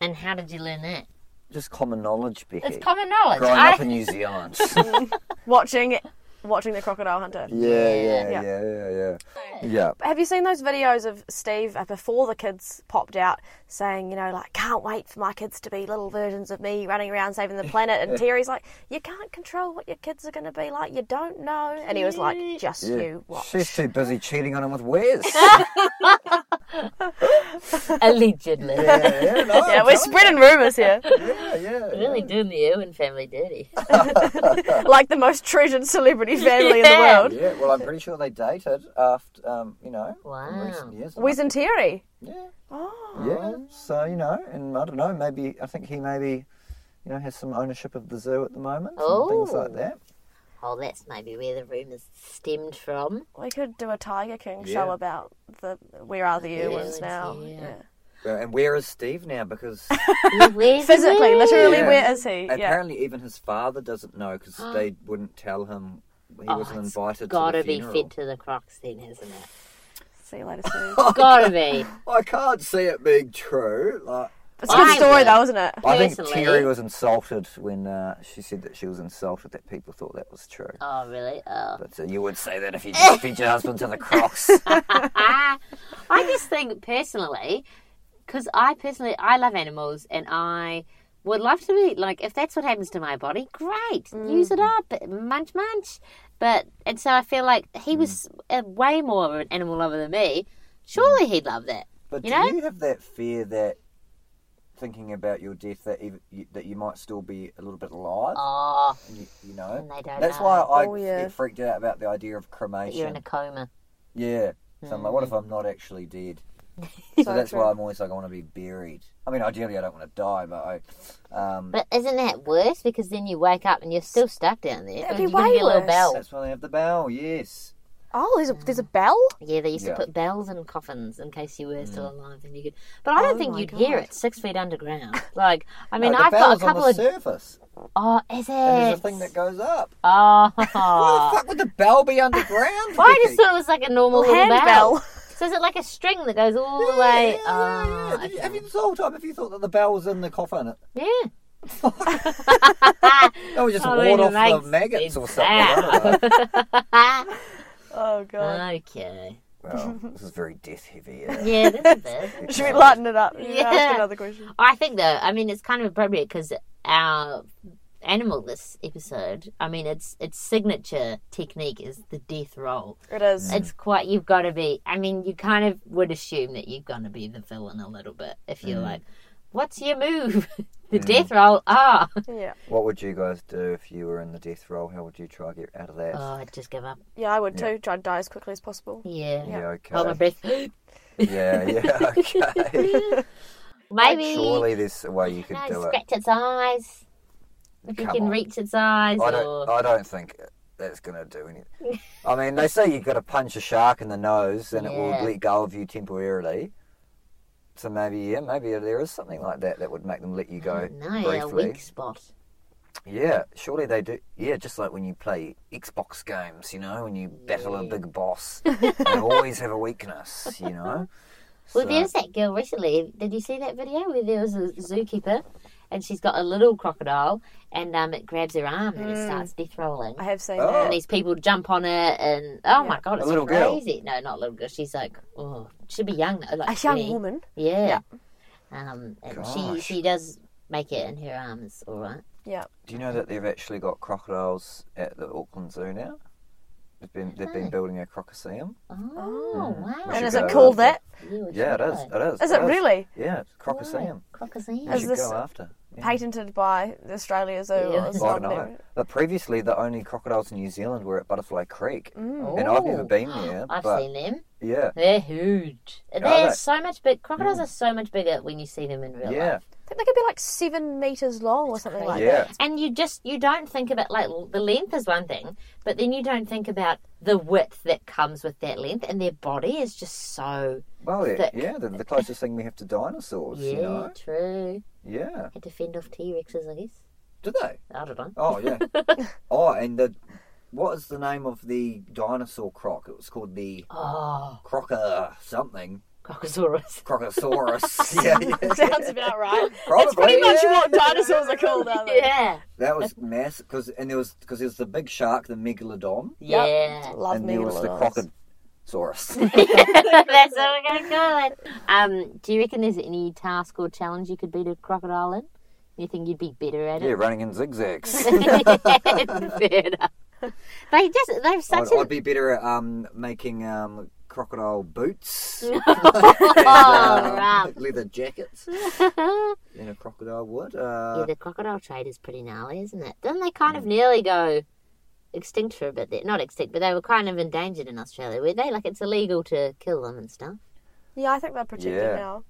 And how did you learn that?
Just common knowledge, Becky.
It's common knowledge.
Growing
I-
up in New Zealand.
Watching, watching the crocodile hunter.
yeah, yeah,
Yeah.
yeah, yeah, yeah. Yeah.
Have you seen those videos of Steve uh, before the kids popped out saying, you know, like, can't wait for my kids to be little versions of me running around saving the planet? And Terry's like, you can't control what your kids are going to be like. You don't know. And he was like, just
yeah.
you watch.
She's too busy cheating on him with Wes.
Allegedly.
yeah, yeah, no,
Yeah, we're spreading rumours here.
yeah, yeah.
Really doing the Irwin family dirty.
like the most treasured celebrity family
Yeah.
in the world.
Yeah, well, I'm pretty sure they dated after, um, you know, in
Wow.
recent years.
Wes and Terry.
yeah,
Oh,
yeah. So you know, and I don't know, maybe I think he maybe, you know, has some ownership of the zoo at the moment and things
Oh.
like that.
Oh, that's maybe where the rumours stemmed from.
we could do a Tiger King
Yeah.
show about the Where Are the
Irwins,
Irwins now.
yeah.
Uh, And where is Steve now? Because
Where's
Physically,
the-
literally,
Yeah.
where is he? Yeah.
apparently even his father doesn't know because they wouldn't tell him he
Oh,
wasn't
it's
invited.
Gotta
to the
be
funeral.
fed to the crocs then, hasn't it?
See you later, Steve.
Gotta be.
I can't see it being true. Like,
It's a good
Why
story,
would-
though, isn't it?
I think
Personally-
Terry was insulted when uh, she said that she was insulted that people thought that was true.
Oh, really? Oh.
But uh, you would say that if you just fed your husband to the crocs.
Ah, I just think personally, because I personally, I love animals and I would love to be, like, if that's what happens to my body, great.
Mm.
Use it up. Munch, munch. But, and so I feel like he was
Mm.
uh, way more of an animal lover than me. Surely he'd love that.
But
You
do
know?
you have that fear that thinking about your death that ev you, that you might still be a little bit alive?
Oh,
You, you know,
And they don't
that's
know.
why I
Oh, yeah.
get freaked out about the idea of
that you're
cremation.
in a Mm. coma.
Yeah, so I'm like, what if I'm not actually dead? so that's why I'm always like, I want to be buried. I mean, ideally, I don't want to die, but I, um,
But isn't that worse? Because then you wake up and you're still stuck down there.
That'd be
You can
way
hear little
worse.
bells.
that's why they have the bell. Yes.
Oh, there's a, there's a bell?
Yeah, they used
Yeah.
to put bells in coffins in case you were still alive and you could. But I don't think
Mm. Oh my
you'd hear
God.
it six feet underground. Like, I mean,
No, Uh, the
I've got
bell's
a couple
on
of.
the surface,
Oh, is
and there's a
it?
thing that goes up.
Oh. Uh,
Why the fuck would the bell be underground?
I
Vicky?
just thought it was like a normal
Handbell.
little bell. So is it like a string that goes all the
Yeah, yeah,
way?
yeah,
Oh,
yeah. Have you-
okay.
Have you this whole time? Have you thought that the bell was in the coffin?
yeah.
That was just
Oh,
ward
it
off
makes
the maggots or
sense.
something. I don't know.
Oh god.
okay.
well, this is very death heavy. Yeah.
Yeah, this is it.
Should we lighten it up?
Yeah.
Yeah. Ask another question.
I think though, I mean, it's kind of appropriate because our animal this episode, I mean, its its signature technique is the death roll.
It is.
Mm.
It's quite you've got to be. I mean, you kind of would assume that you're gonna be the villain a little bit if
Mm.
you're like, "What's your move?" the death roll. Ah,
Yeah.
What would you guys do if you were in the death roll? How would you try to get out of that?
oh, I'd just give up.
Yeah, I would too. Try to die as quickly as possible.
Yeah,
yeah, okay.
hold my breath.
yeah, yeah, okay.
Maybe
Surely there's a way you could
no,
do it.
scratch its eyes. If you
Come
can
on.
reach its eyes,
I
or
don't. I don't think that's going to do anything. I mean, they say you've got to punch a shark in the nose, and it
Yeah.
will let go of you temporarily. So maybe, yeah, maybe there is something like that that would make them let you go
no, a
briefly.
weak spot.
Yeah, surely they do. Yeah, just like when you play Xbox games, you know, when you battle a big boss, they always have a weakness, you know.
Well,
So-
there was that girl recently. Did you see that video where there was a zookeeper and she's got a little crocodile and um, it grabs her arm and it starts death rolling?
Mm. I have seen
Oh.
And these people jump on it and oh my god,
A
it's
little girl.
crazy. No, not little girl. She's like, oh, she'd be young though,
that.
like
A young
20.
woman.
Yeah. Um, and she
Gosh.
she does make it in her arms, all right.
Do you know that they've actually got crocodiles at the Auckland Zoo now? They've been they've been building a crocoseum.
Oh,
We
wow.
should
And is
go
it
after
called that?
You
Yeah, it is.
should
It is.
Is it really
Yeah, it's crocoseum.
Crocodile.
We
Is
should
this-
go after. Yeah.
patented by the Australia Zoo?
Yeah.
Or is it
I
not
don't know. But previously, the only crocodiles in New Zealand were at Butterfly Creek,
Mm.
and I've never
Oh.
been there.
I've
but
seen them.
yeah,
They're huge. They're
they?
so much big. Crocodiles are so much bigger when you see them in real
yeah,
life.
I think they could be like seven meters long or something like
crazy.
that.
yeah.
And you just you don't think about like the length is one thing, but then you don't think about the width that comes with that length, and their body is just so
Well, yeah,
Thick.
yeah. They're the closest thing we have to dinosaurs.
yeah
You know.
true.
Yeah.
Had to fend off T Rexes, I guess.
Do they?
I don't know.
Oh yeah. oh, and the what is the name of the dinosaur croc? It was called the
Oh,
croca something.
Crocosaurus.
Crocosaurus. yeah, yeah, yeah.
Sounds about right.
Probably.
Pretty much
yeah.
what dinosaurs are called, aren't they?
Yeah,
That was massive because and there was because there was the big shark, the megalodon,
yeah.
Love
and there was the
megalodons.
crocosaurus.
That's what we're gonna call it. Um, do you reckon there's any task or challenge you could beat a crocodile in? You think you'd be better at it?
yeah, running in zigzags.
Fair enough. They just they've such
I'd,
a
I'd be better at um, making um, crocodile boots, and, um,
right.
leather jackets, than a crocodile would.
yeah,
Uh, Mm.
the crocodile trade is pretty gnarly, isn't it? Didn't they kind of nearly go extinct for a bit there? Not extinct, but they were kind of endangered in Australia, were they? Like it's illegal to kill them and stuff.
Yeah, I think they're protected
Yeah.
now.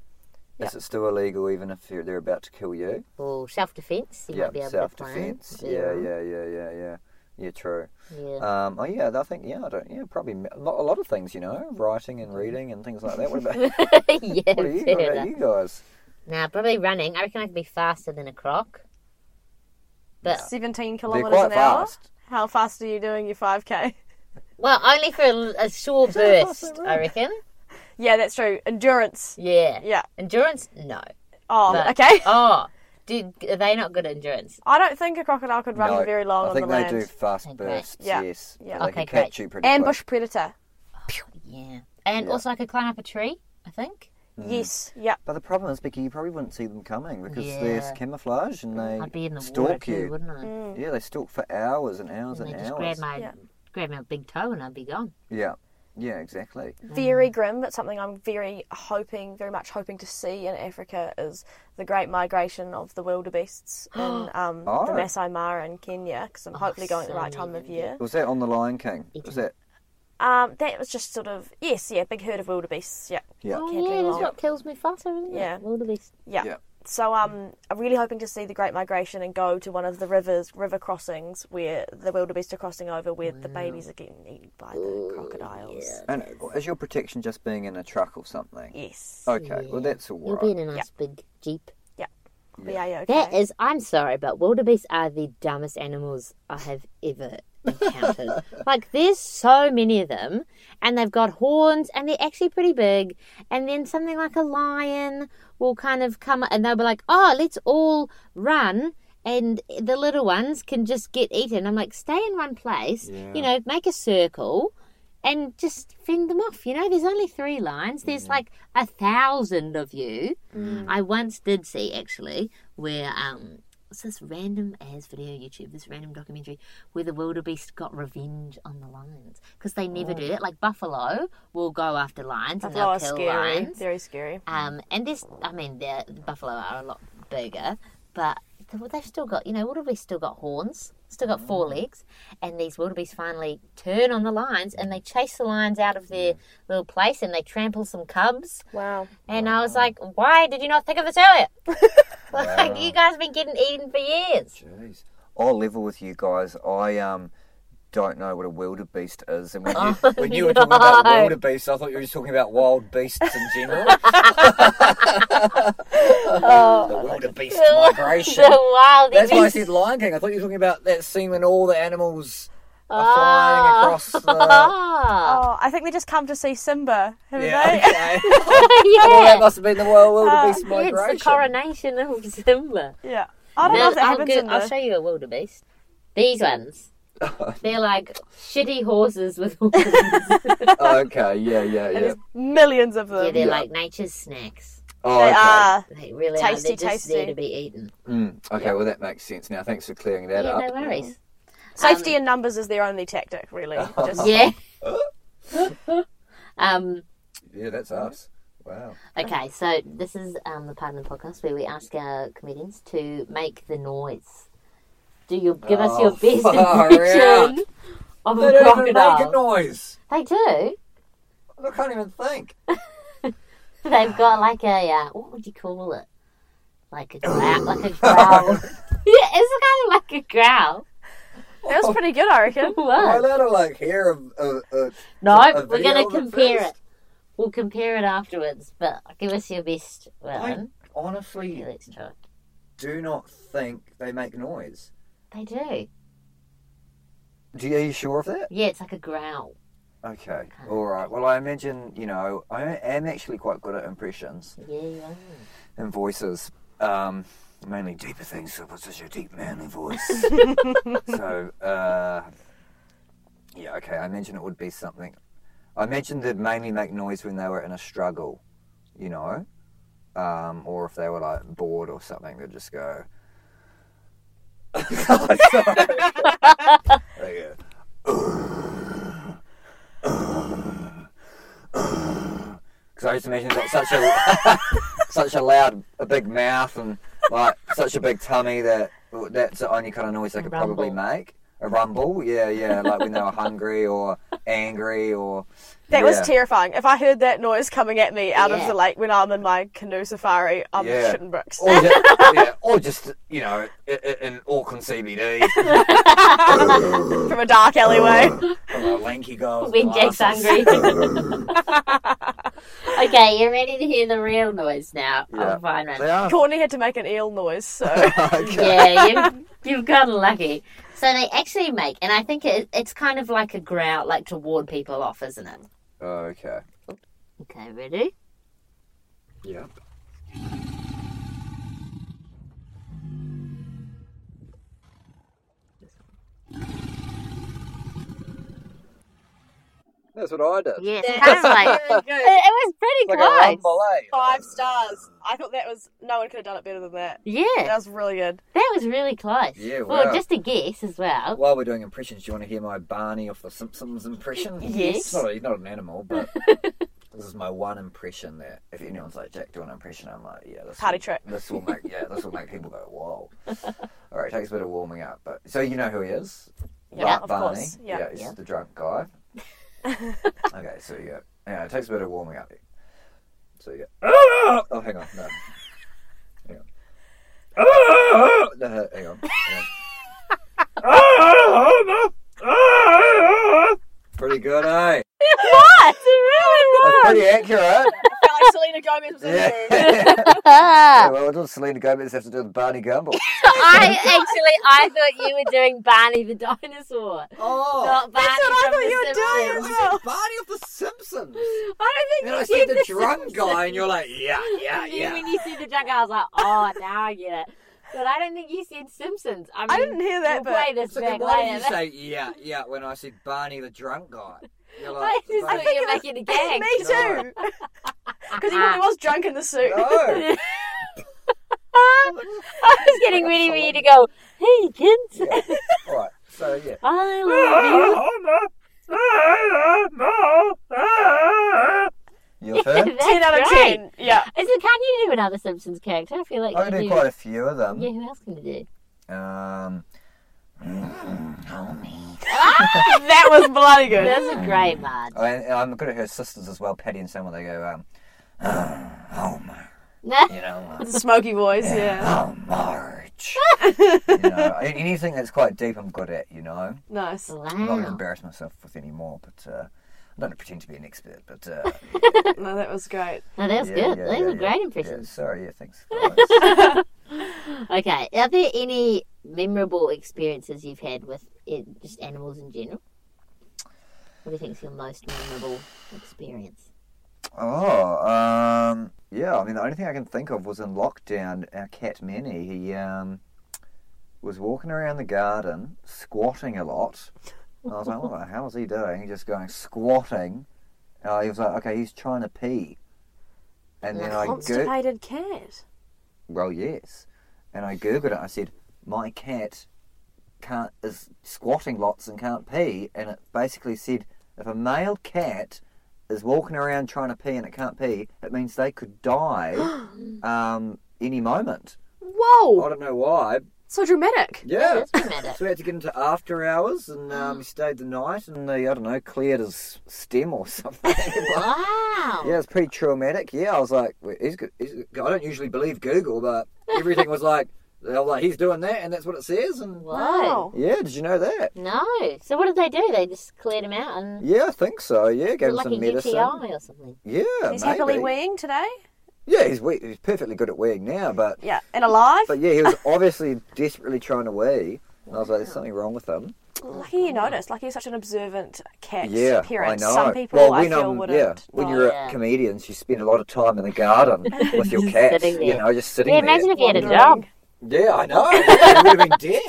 Is it still illegal even if you're, they're about to kill you?
Or self defence, you might be able
self
to find.
defense. Yeah, yeah, yeah, yeah, yeah. Yeah, true.
Yeah.
Um, oh yeah, I think yeah, I don't yeah, probably m- a lot a lot of things, you know, writing and reading and things like that. What about, what
yeah,
are you, what
fair enough.
about you guys?
Nah, probably running. I reckon I could be faster than a croc. But
Seventeen
They're
kilometers
quite
an hour.
fast.
How fast are you doing your five k?
well, only for a, a short burst, I reckon.
Yeah, that's true. Endurance.
Yeah.
Yeah.
Endurance? No.
Oh,
No.
okay.
Oh, do, are they not good at endurance?
I don't think a crocodile could run
No,
for very long
I
on
think
the
they
land.
do fast
Okay, great.
bursts.
Yeah,
Yes,
yeah.
So they
Okay,
can catch
great.
you pretty
Ambush predator.
Yeah. And also, I could climb up a tree, I think.
Mm.
Yes. Yeah.
But the problem is, Becky, you probably wouldn't see them coming because
Yeah.
there's camouflage and they
I'd be in the
stalk
water too,
you.
wouldn't I?
yeah, they stalk for hours and hours
And
and,
they just grab
hours.
my
Mm. Yeah.
grab my big toe and I'd be gone.
Yeah, yeah, exactly.
Very grim, but something I'm very hoping, very much hoping to see in Africa is the great migration of the wildebeests in um, the
Oh.
Masai Mara in Kenya. Because I'm hopefully going at the
so
right time of year.
Was that on the Lion King? Was that?
Um, that was just sort of yes, yeah, big herd of wildebeests. Yeah.
Yeah.
Oh
Can't
yeah,
do
that's
long.
what kills me faster, isn't it?
Yeah.
Wildebeest.
Yeah.
Yeah.
So um, I'm really hoping to see the Great Migration and go to one of the rivers, river crossings where the wildebeest are crossing over, where the babies are getting eaten by the crocodiles.
And is your protection just being in a truck or something?
Yes.
Okay, well that's all
You'll be
right.
in a nice big jeep.
Yeah.
Yeah, yeah, okay.
That is, I'm sorry, but wildebeests are the dumbest animals I have ever encountered. like, there's so many of them, and they've got horns, and they're actually pretty big. And then something like a lion will kind of come, and they'll be like, "Oh, let's all run." And the little ones can just get eaten. I'm like, stay in one place,
Yeah.
you know, make a circle and just fend them off. You know, there's only three lines. There's like a thousand of you.
Mm.
I once did see actually where um it's this random as video YouTube, this random documentary where the wildebeest got revenge on the lions because they never do that. Like buffalo will go after lions
Oh. Buffalo are
and they'll kill
scary.
lions.
Very scary.
Mm.
Um, and this, I mean, the the buffalo are a lot bigger, but th- they've still got, you know, wildebeest still got horns, still got
Mm.
four legs, and these wildebeest finally turn on the lions and they chase the lions out of their little place and they trample some cubs.
Wow.
And I was like, why did you not think of this earlier? like, you guys have been getting eaten for years.
Jeez. I'll level with you guys. I um don't know what a wildebeest is, and when you, when you were talking about
Oh, no.
wildebeest, I thought you were just talking about wild beasts in general. the wildebeest migration.
Oh. the wild
That's why I
beasts.
said Lion King. I thought you were talking about that scene when all the animals are flying across
Oh.
the.
Ah,
Oh, I think they just come to see Simba, haven't
Yeah,
they?
okay. Well, that
yeah.
must have been the wild wildebeest migration.
It's Uh, the coronation of Simba.
Yeah. I don't know
No,
if that
I'll,
happens
go-
in
I'll
the...
show you a wildebeest. These ones. They're like shitty horses with horns.
okay, yeah, yeah, yeah.
There's millions of them.
yeah, they're
Yeah.
like nature's snacks.
Oh,
they
okay.
Ah.
are.
They really
Tasty,
are. They're just there
tasty.
to be eaten.
Mm, okay, well, that makes sense now. Thanks for clearing that
yeah,
up.
no worries.
Safety in numbers is their only tactic, really. Just
Yeah. um.
Yeah, that's us. Wow.
Okay, so this is um, the part of the podcast where we ask our comedians to make the noise. Do you give us your
Oh,
best
far
impression of
They
a
don't even make a
crocodile?
noise.
They do.
I can't even think.
They've got like a uh, what would you call it? Like a growl, like a growl. yeah, it's kind of like a growl.
That was pretty good, I reckon.
Am I
What?
allowed to like hear a, a, a
No,
a
we're
video
gonna
of it
compare
first?
it. We'll compare it afterwards. But give us your best one.
honestly
Yeah, let's try. it.
do not think they make noise.
They do.
Do you, are you sure of that?
Yeah, it's like a growl.
Okay. All right. Well, I imagine you know I am actually quite good at impressions
Yeah, yeah.
and voices, um, mainly deeper things. So it's such a deep manly voice. so uh, yeah, okay. I imagine it would be something. I imagine they'd mainly make noise when they were in a struggle, you know, um, or if they were like bored or something, they'd just go. oh, sorry. They go, Because I just imagine it's got such a such a loud, a big mouth and like such a big tummy that that's the only kind of noise they could probably
rumble.
make. A rumble, yeah, yeah, like when they were hungry or angry or.
That
yeah.
was terrifying. If I heard that noise coming at me out
Yeah.
of the lake when I'm in my canoe safari, I'm
Yeah.
shitting bricks.
Or just, yeah, or just you know, i- i- in Auckland CBD, Oh.
From a dark alleyway.
a lanky girl. with
When Jack's
glasses.
hungry. okay, you're ready to hear the real noise now.
Yeah.
I'll find one.
They are.
Courtney had to make an eel noise, so...
okay.
yeah, you've, you've gotten lucky. So they actually make, and I think it, it's kind of like a growl, like to warn people off, isn't it?
Okay.
Okay, ready?
Yep. That's what I did.
Yes, kind of like. It, it was pretty
Like a
close.
rumble, eh?
Five stars. I thought that was... No one could have done it better than that. That
yeah,
was really good.
that was really close.
Yeah, wow.
Well, just a guess as well.
While we're doing impressions, do you want to hear my Barney off The Simpsons impression?
Yes.
It's not, a, he's not an animal, but this is my one impression that if anyone's like, Jack, do an impression, I'm like, yeah, this
Party
will,
trick.
This will make yeah, this will make people go, whoa. All right, takes a bit of warming up, but so you know who he is,
Yeah,
right,
of
Barney.
course, yeah.
he's
Yeah.
the drunk guy. okay, so you go. Yeah, it takes a bit of warming up. So you go. Oh, hang on, no. Hang on. No, hang on. Hang on. Pretty good, eh?
What? It really
eh? That's pretty accurate.
I felt like Selena
Selena Gomez was in
Yeah.
the room.
yeah,
I
well, what does Selena Gomez have to do with Barney Gumble?
actually, I thought you were doing Barney the dinosaur,
Oh,
not Barney from The Simpsons.
Barney of the Simpsons.
I
And
don't
I
think
see
you
the drunk guy, and you're like, yeah, yeah,
And then
yeah.
When you said the drunk, I was like, oh, now I get it. But I don't think you said Simpsons. I, mean,
didn't hear that
We'll
bit.
play this
So
back
then why did
later.
you say yeah, yeah when I said Barney the drunk guy? You're like,
I just
Barney-
thought you were making a gag. Uh-huh.
Me too. Because he
Ah.
really was drunk in the suit.
no.
I was getting ready for you to go, hey kids,
Yeah. All right. So yeah.
I love
Your
you.
turn.
That's
10 out of
great.
10. Yeah.
Is it, can you do another Simpsons character? I feel like
I
you
can do
do.
quite a few of them.
Yeah, who else can you do?
Um, mm-hmm, oh,
That was bloody good.
That's a Ah! great man.
I, and I'm good at her sisters as well, Patty and Selma. They go, um, oh my, you know, uh,
It's a smoky voice, yeah.
oh Marge. you know, a- anything that's quite deep, I'm good at. You know,
Nice.
I'm not going to
wow.
embarrass myself with any more, but. Uh, I don't pretend to be an expert, but uh,
No, that was great.
No, that was
yeah,
good.
yeah,
Those
yeah,
were
yeah,
great
yeah,
impressions.
sorry, yeah, thanks. guys.
Okay, are there any memorable experiences you've had with it, just animals in general? What do you think's your most memorable experience?
Oh, um, yeah. I mean, the only thing I can think of was in lockdown. Our cat Manny, he um, was walking around the garden, squatting a lot. And I was like, "What the hell is he doing?" He's just going squatting. Uh, he was like, "Okay, he's trying to pee," and then I go,
Constipated cat.
"Well, yes," and I googled it. I said, "My cat can't is squatting lots and can't pee," and it basically said, "If a male cat." is walking around trying to pee and it can't pee, it means they could die um, any moment. I
Whoa!
don't know why.
So dramatic.
Yeah.
That's dramatic.
So we had to get into after hours and um, stayed the night and they, I don't know, cleared his stem or something. yeah,
Wow.
it's pretty traumatic. Yeah, I was like, "Wait, he's, go- he's, go-" I don't usually believe Google, but everything was like, they were like, he's doing that and that's what it says. And
Wow.
yeah, did you know that?
No. So what did they do? They just cleared him out and
Yeah, I think so. Yeah, gave him
like a
some medicine.
UTI or something.
Yeah,
He's
maybe.
happily weeing today.
Yeah, he's, we- he's perfectly good at weeing now, but
Yeah, and alive.
But yeah, he was obviously desperately trying to wee. And I was like, there's something wrong with him.
Lucky you noticed. Lucky you're such an observant cat
Yeah,
parent.
I know.
Some people
well,
I
when,
feel
um,
wouldn't.
yeah, when
know.
you're
Yeah.
a comedian, you spend a lot of time in the garden with your cat.
sitting
You
there.
know, just sitting
Yeah, imagine
there.
if you had a
Wondering.
job.
Yeah, I know. I would have been dead.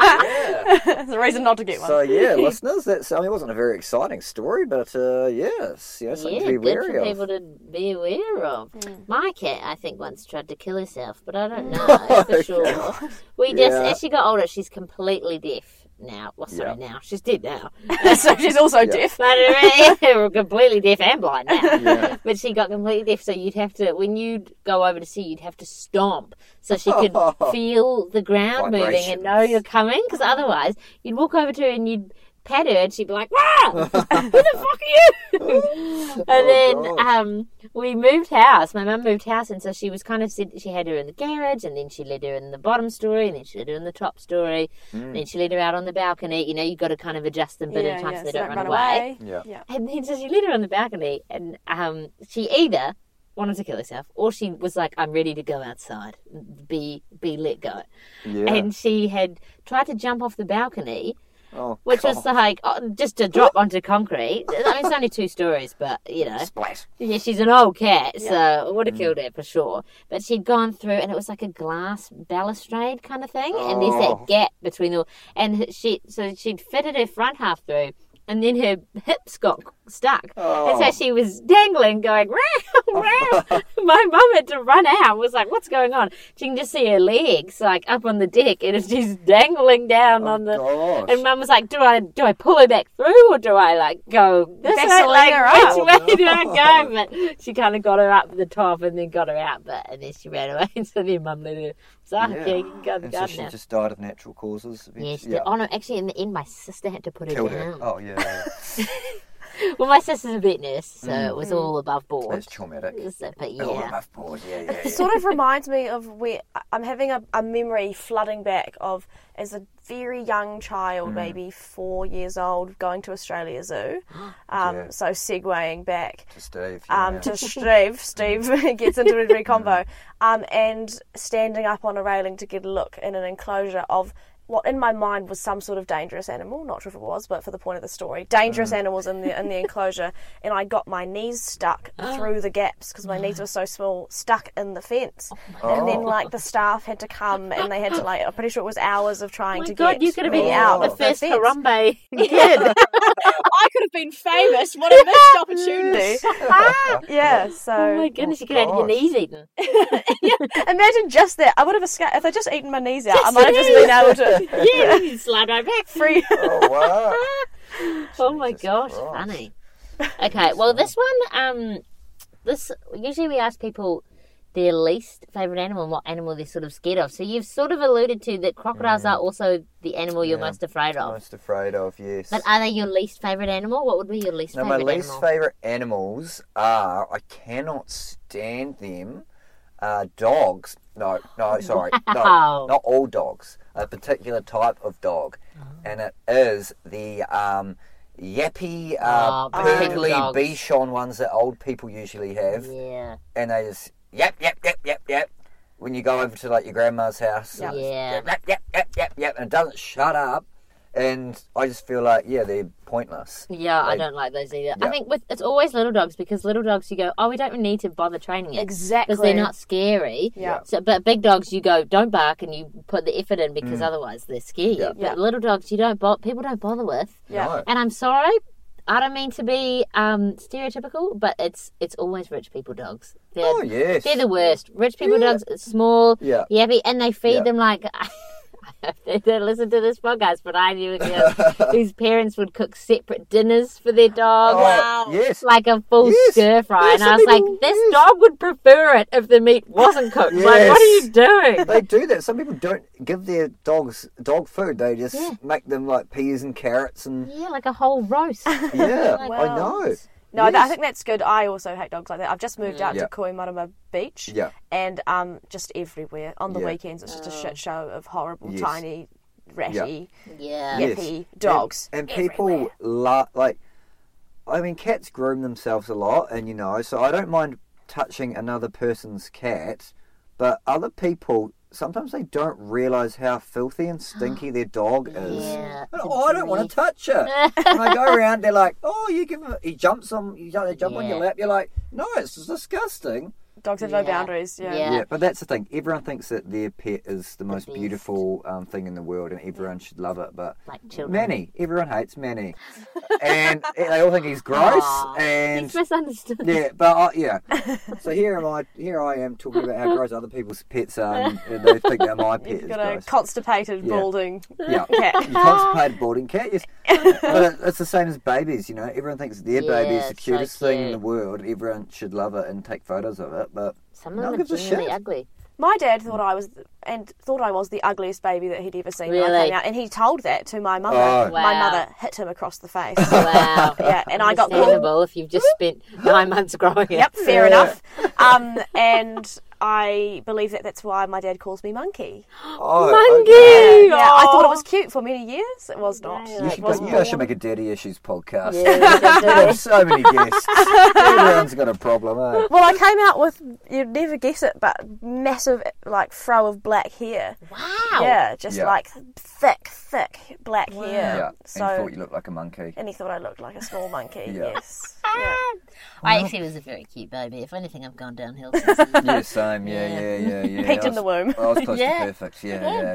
yeah.
There's a reason not to get one.
So yeah, listeners, that's I mean, it wasn't a very exciting story, but uh, yes, you know, something
Yeah,
to be
good
wary
for
of.
people to be aware of. My cat, I think, once tried to kill herself, but I don't know for sure. We just,
Yeah.
as she got older, she's completely deaf now. Well, sorry, now she's dead now,
so she's also deaf.
but uh, we're completely deaf and blind now.
Yeah.
But she got completely deaf, so you'd have to, when you'd go over to see, you'd have to stomp so she could feel the ground moving and know you're coming, because otherwise you'd walk over to her and you'd pat her and she'd be like, Wah! Who the fuck are you? and
Oh,
then
gosh.
um, we moved house. My mum moved house, and so she was kind of said she had her in the garage, and then she led her in the bottom story, and then she led her in the top story, and then she led her out on the balcony. You know, you've got to kind of adjust them bit in time so they don't, run away.
Yeah.
And then so she led her on the balcony, and um, she either wanted to kill herself or she was like, "I'm ready to go outside, be be let go."
Yeah.
And she had tried to jump off the balcony,
oh,
which
God.
was like oh, just to drop onto concrete. I mean, it's only two stories, but you know,
splat.
yeah, she's an old cat, so it would
Mm.
have killed her for sure. But she'd gone through, and it was like a glass balustrade kind of thing, and there's
Oh.
that gap between the. And h- she, so she'd fitted her front half through, and then her hips got stuck, and
Oh.
so she was dangling, going round, round. My mum had to run out. and Was like, "What's going on?" She can just see her legs like up on the deck, and if she's dangling
Oh,
down on the.
Gosh.
And Mum was like, "Do I do I pull her back through, or do I like go this way?
Vaseline
Like,
her
which
up."
way do I
Oh,
go?" But she kind of got her up the top, and then got her out, but and then she ran away. And so then Mum let her. So yeah,
Yeah.
you can go in the
And so
garden
she
now.
just died of natural causes.
Yeah, she
Yeah.
did. Oh no, actually, in the end, my sister had to put her
Killed
down.
her. Oh yeah. yeah.
well, my sister's a vet nurse, so it was all above board.
That's traumatic.
So- but
All
yeah,
above board, yeah, yeah. yeah.
It sort of reminds me of where I'm having a, a memory flooding back of as a very young child,
Mm-hmm.
maybe four years old, going to Australia Zoo. Um,
Yeah.
So segueing back
to Steve. Yeah.
um, to Steve, Steve
Mm.
gets into a very combo, um, and standing up on a railing to get a look in an enclosure of what in my mind was some sort of dangerous animal. Not sure if it was, but for the point of the story, dangerous
Mm.
animals in the in the enclosure, and I got my knees stuck through the gaps because my
Oh.
knees were so small, stuck in the fence, and then
Oh.
like the staff had to come and they had to like I'm pretty sure it was hours of trying
Oh my
to
God,
get
you could have been
me
out
out
the
of
first
fence.
Harambe.
I could have been famous. What a missed opportunity.
Yeah, so
Oh my goodness, you could have had your
gosh.
knees eaten.
imagine just that. I would have escaped if I would just eaten my knees out. I might have just been able to.
yeah, you slide right back.
free.
oh, wow.
Oh my
Jesus
gosh,
Christ.
funny. Okay, well this one, um, this usually we ask people their least favorite animal and what animal they're sort of scared of. So you've sort of alluded to that crocodiles are also the animal you're
Yeah.
most afraid of.
Most afraid of, yes.
But are they your least favorite animal? What would be your least
Now, my
favorite
least
animal?
favourite animals are, I cannot stand them, uh, dogs. No, no, sorry.
Wow. Oh.
No, not all dogs. A particular type of dog. And it is the um, yappy, uh,
Oh, big people
pearly
dogs.
Bichon ones that old people usually have.
yeah,
And they just yap, yap, yap, yap, yap. When you go over to like your grandma's house,
yeah,
yep, yep, yep, yep, yep, yep, and it doesn't shut up. And I just feel like, yeah, they're pointless.
Yeah, I
Like-
don't like those either. I
Yeah.
think with it's always little dogs because little dogs you go, oh, we don't need to bother training it.
Exactly.
because they're not scary.
Yeah.
So, but big dogs, you go don't bark, and you put the effort in because otherwise they're scared.
Mm. Yeah.
But
Yeah.
little dogs, you don't. Bo- people don't bother with.
Yeah.
No.
And I'm sorry, I don't mean to be um, stereotypical, but it's it's always rich people dogs. They're,
Oh, yes.
they're the worst. Rich people dogs, it's small,
Yeah.
yappy, and they feed
Yeah.
them like. They don't listen to this podcast, but I knew a girl whose parents would cook separate dinners for their dogs.
Oh,
Wow.
Yes.
Like a full
Yes.
stir fry,
Yes,
and I
I
was like,
mean,
"This
yes.
dog would prefer it if the meat wasn't cooked." Like, what are you
Yes.
doing?
they do that. Some people don't give their dogs dog food. They just make them like peas and carrots and
Yeah, like a whole roast.
yeah. I
Wow.
know.
No,
Yes. Mm.
that, I think that's good. I also hate dogs like that. I've just moved out
Yeah.
to Kohimarama Beach.
Yeah.
And um, just everywhere on the
Yeah.
weekends, it's just a
Oh.
shit show of horrible,
Yes.
tiny, ratty.
yeah.
Yes. Yippee, dogs
And, and people la- like, I mean, cats groom themselves a lot, and you know, so I don't mind touching another person's cat, but other people sometimes they don't realise how filthy and stinky their dog is.
Yeah,
And, oh, I don't want to touch it. and I go around, they're like, oh, you give him, he jumps on, you jump, they jump on your
Yeah.
lap. You're like, no, it's just disgusting.
Dogs have
Yeah.
no boundaries. Yeah.
Yeah.
Yeah. but that's the thing. Everyone thinks that their pet is the most
best.
beautiful um, thing in the world, and everyone should love it. But
Like children.
Manny, everyone hates Manny, and they all think he's gross.
Aw,
and
It's misunderstood.
yeah, but I, yeah. So here am I. Here I am talking about how gross other people's pets are, and, and they think that my pet
You've
is
got a
gross.
constipated,
Yeah.
balding.
yeah,
cat.
you constipated balding cat. Yes, but it, it's the same as babies. You know, everyone thinks their baby
Yeah,
is the
it's so
cutest thing in
cute.
the world. Everyone should love it and take photos of it. But
Some
No
of them are
gives a
genuinely
shit.
ugly.
My dad thought I was, and thought I was the ugliest baby that he'd ever seen when I
Really?
came out, and he told that to my mother.
Oh.
Wow.
My mother hit him across the face.
Wow.
yeah, and I got called
Understandable if you've just spent nine months growing it.
Yep, fair enough. Um, and I believe that that's why my dad calls me monkey. Uh,
oh,
Monkey!
okay.
Yeah, I thought it was cute for many years. It was not.
You
You,
It
should,
was
you guys should make a daddy issues podcast.
Yeah,
We have so many guests. Everyone's got a problem. Eh?
Well, I came out with you'd never guess it, but massive like fro of black hair.
Wow.
Yeah, just
Yeah.
like thick, thick black hair.
Yeah,
Um, So
and thought you looked like a monkey.
and he thought I looked like a small monkey.
Yeah.
Yes. Yeah.
I actually was a very cute baby. If anything, I've gone downhill since. then.
Yeah, same. Yeah, yeah, yeah, yeah.
Peaked
I
in the
was-
womb.
I was close
Yeah.
to perfect. Yeah, yeah, yeah,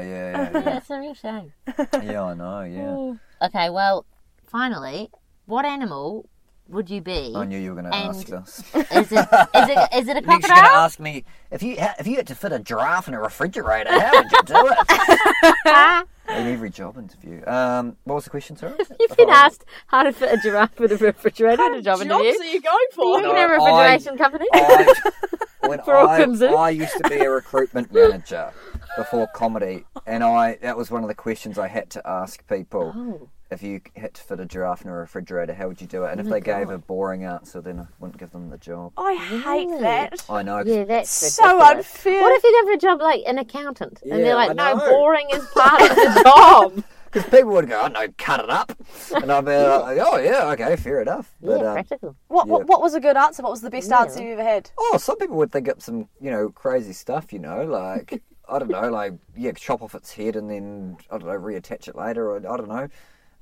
yeah.
That's a real shame.
Yeah, yeah I know. Yeah,
Okay, well, finally, what animal would you be?
I knew you were going to
And-
ask this.
Is it, is it, is it a
Nick's going Oh, to
crocodile?
ask me if you ha- if you had to fit a giraffe in a refrigerator, how would you do it? in every job interview. Um, what was the question, sorry?
You've been asked how to fit a giraffe with a refrigerator in a job
Jobs
interview.
are you going
Are you
for?
working in a
No,
refrigeration company?
I, when
For all
I,
Crimson.
I used to be a recruitment manager, before comedy, and I that was one of the questions I had to ask people. If you had to fit a giraffe in a refrigerator, how would you do it? And if they gave a boring answer, then I wouldn't give them the job.
I hate that.
I know. 'cause
Yeah, that's
So
ridiculous.
unfair.
What if you go for a job like an accountant and
Yeah,
they're
I
like, no,
know.
boring is part of the job?
Because people would go, oh no, cut it up. And I'd be like, oh yeah, okay, fair enough. But,
yeah,
um,
practical.
What,
Yeah.
what what was a good answer? What was the best answer you've ever had?
oh, some people would think up some, you know, crazy stuff, you know, like, I don't know, like, yeah, chop off its head and then, I don't know, reattach it later, or I don't know.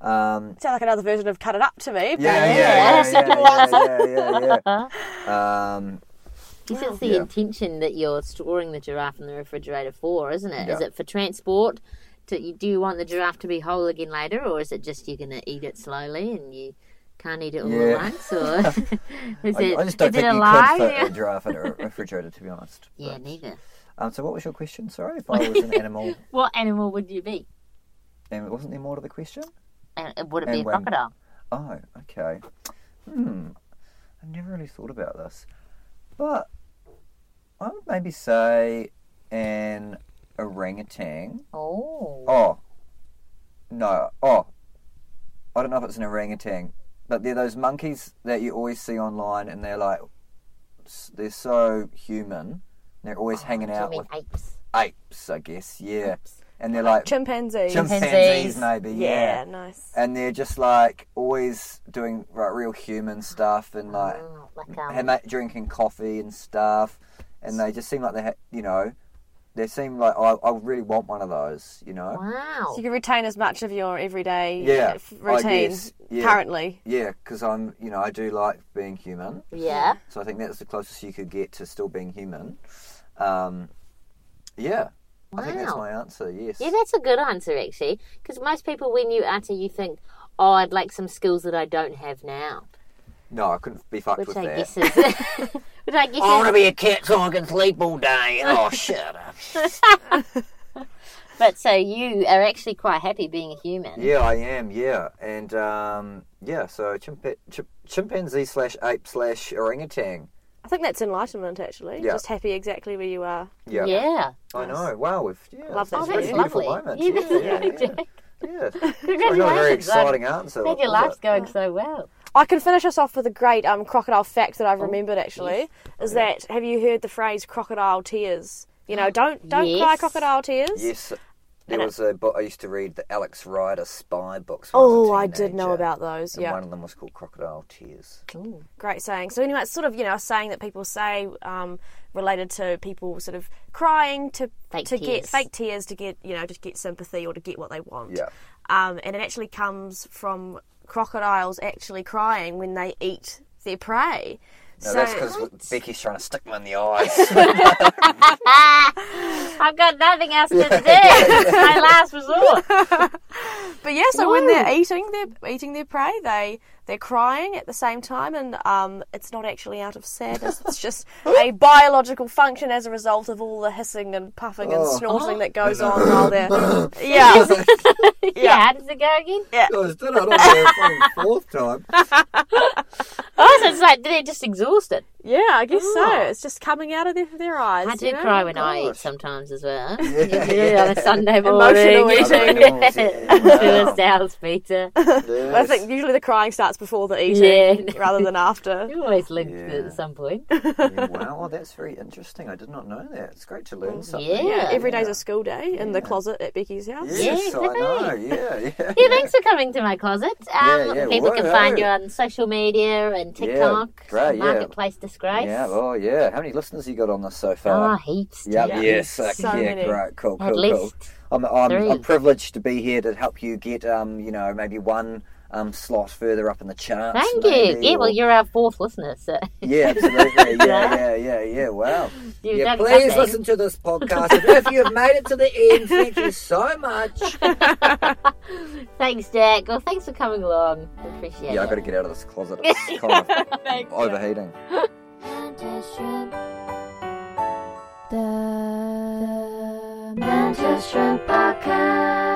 Um,
Sound like another version of cut it up to me. but-
yeah, yeah, yeah, yeah, yeah, yeah, yeah, yeah, yeah. Um,
You see, it's the
Yeah.
intention that you're storing the giraffe in the refrigerator for, isn't it? Is
Yeah.
it for transport? To, do you want the giraffe to be whole again later, or is it just you're going to eat it slowly and you can't eat it all
Yeah.
at once? Or is
I,
it,
I just
is
don't think
it a
you
lie?
could fit a
Yeah.
giraffe in a re- refrigerator, to be honest.
yeah,
But,
neither.
um, so what was your question? Sorry, if I was an animal,
What animal would you be?
and wasn't there more to the question?
And would it be
And
a
when-
crocodile?
Oh, okay. Hmm. I never really thought about this. But I would maybe say an orangutan.
Oh.
Oh. No. Oh. I don't know if it's an orangutan. But they're those monkeys that you always see online and they're like, s- they're so human. They're always hanging
Do you
out
mean
with
apes?
apes, I guess. Yeah. And they're like
Chimpanzee.
chimpanzees,
Chimpanzees.
maybe.
Yeah, nice.
and they're just like always doing like real human stuff and like
Oh, like, um,
had ma- drinking coffee and stuff, and they just seem like they ha- you know, they seem like I, I really want one of those, you know.
wow.
So you can retain as much of your everyday
Yeah,
uh, f-
I
routine
guess, yeah.
currently.
Yeah, because I'm you know I do like being human,
Yeah.
so I think that's the closest you could get to still being human. Um, yeah, I think that's
Wow.
my answer. Yes.
Yeah, that's a good answer actually, because most people, when you answer, you think, "Oh, I'd like some skills that I don't have now,"
No, I couldn't be fucked
which
with
I
that.
guess is, which I guess is,
to be a cat so I can sleep all day. Oh, shut up.
but so you are actually quite happy being a human.
Yeah, I am. Yeah, and um, yeah, so chimpa- chim- chimpanzee slash ape slash orangutan.
I think that's enlightenment, actually.
Yeah.
Just happy exactly where you are.
Yeah,
Yeah. Oh,
I know. Wow, we've yeah,
Love that
it's
for
a
you.
really beautiful
Lovely.
moment.
You
Yeah,
did
yeah,
really
yeah. yeah. Sorry,
Congratulations.
not a very
I'm
exciting answer.
Glad your
was
life's
it?
going so well.
I can finish us off with a great um, crocodile fact that
Oh,
I've remembered actually. Is that have you heard the phrase crocodile tears? You know, don't don't cry
Yes.
crocodile tears.
Yes, there was a book I used to read, the Alex Rider spy books. when was a
Oh, I did know
teenager,
about those.
And
Yeah,
one of them was called Crocodile Tears.
great saying. So anyway, it's sort of you know a saying that people say um, related to people sort of crying to
Fake
to get
tears.
fake tears to get you know to get sympathy or to get what they want.
Yeah.
um, and it actually comes from crocodiles actually crying when they eat their prey.
No,
so
that's because Becky's trying to stick me in the eyes.
Ah, I've got nothing else to do. My last resort.
But yeah, so when they're eating their eating their prey, they they're crying at the same time, and um, it's not actually out of sadness. it's just a biological function as a result of all the hissing and puffing and
Oh.
snorting that goes on while they're yeah.
Yeah. How does it go again?
Guys, did I not hear it for the fourth time?
Oh, so it's like they're just exhausted.
Yeah, I guess
Oh.
so. It's just coming out of their, their eyes.
I do
you know?
cry when I eat
gosh.
sometimes as well.
Yeah,
Usually on a Sunday morning.
Emotional
eating. Animals, yeah.
To a sales Peter.
I think usually the crying starts before the eating
Yeah.
rather than after.
You're always linked at
Yeah.
some point.
Yeah, wow, well, that's very interesting. I did not know that. It's great to learn something.
Yeah.
Mm, Every day's a school day in the closet at Becky's house.
Yes,
Yeah,
I know. Yeah, yeah.
Yeah, thanks for coming to my closet. Um,
Yeah, yeah,
people can find you
whoa.
on social media and TikTok,
great, yeah.
Marketplace Disgrace.
Yeah, oh, yeah. How many listeners you got on this so
oh,
far?
heaps.
Yep,
yeah.
yes.
Ah,
uh,
So
okay, yeah,
many.
great. Cool,
At
cool, cool.
least.
I'm, I'm,
three.
I'm privileged to be here to help you get, um, you know, maybe one um, slot further up in the charts.
Thank
maybe,
you. Yeah,
or-
well, you're our fourth listener, so
Yeah, absolutely. Yeah, yeah, yeah, yeah. Wow.
you've
yeah,
done
please
something.
listen to this podcast. And if you've made it to the end, thank you so much.
Thanks, Jack. Well, thanks for coming along. Appreciate
Yeah, I've
it.
got to get out of this closet. It's kind of overheating.
The Mantis Shrimp Podcast.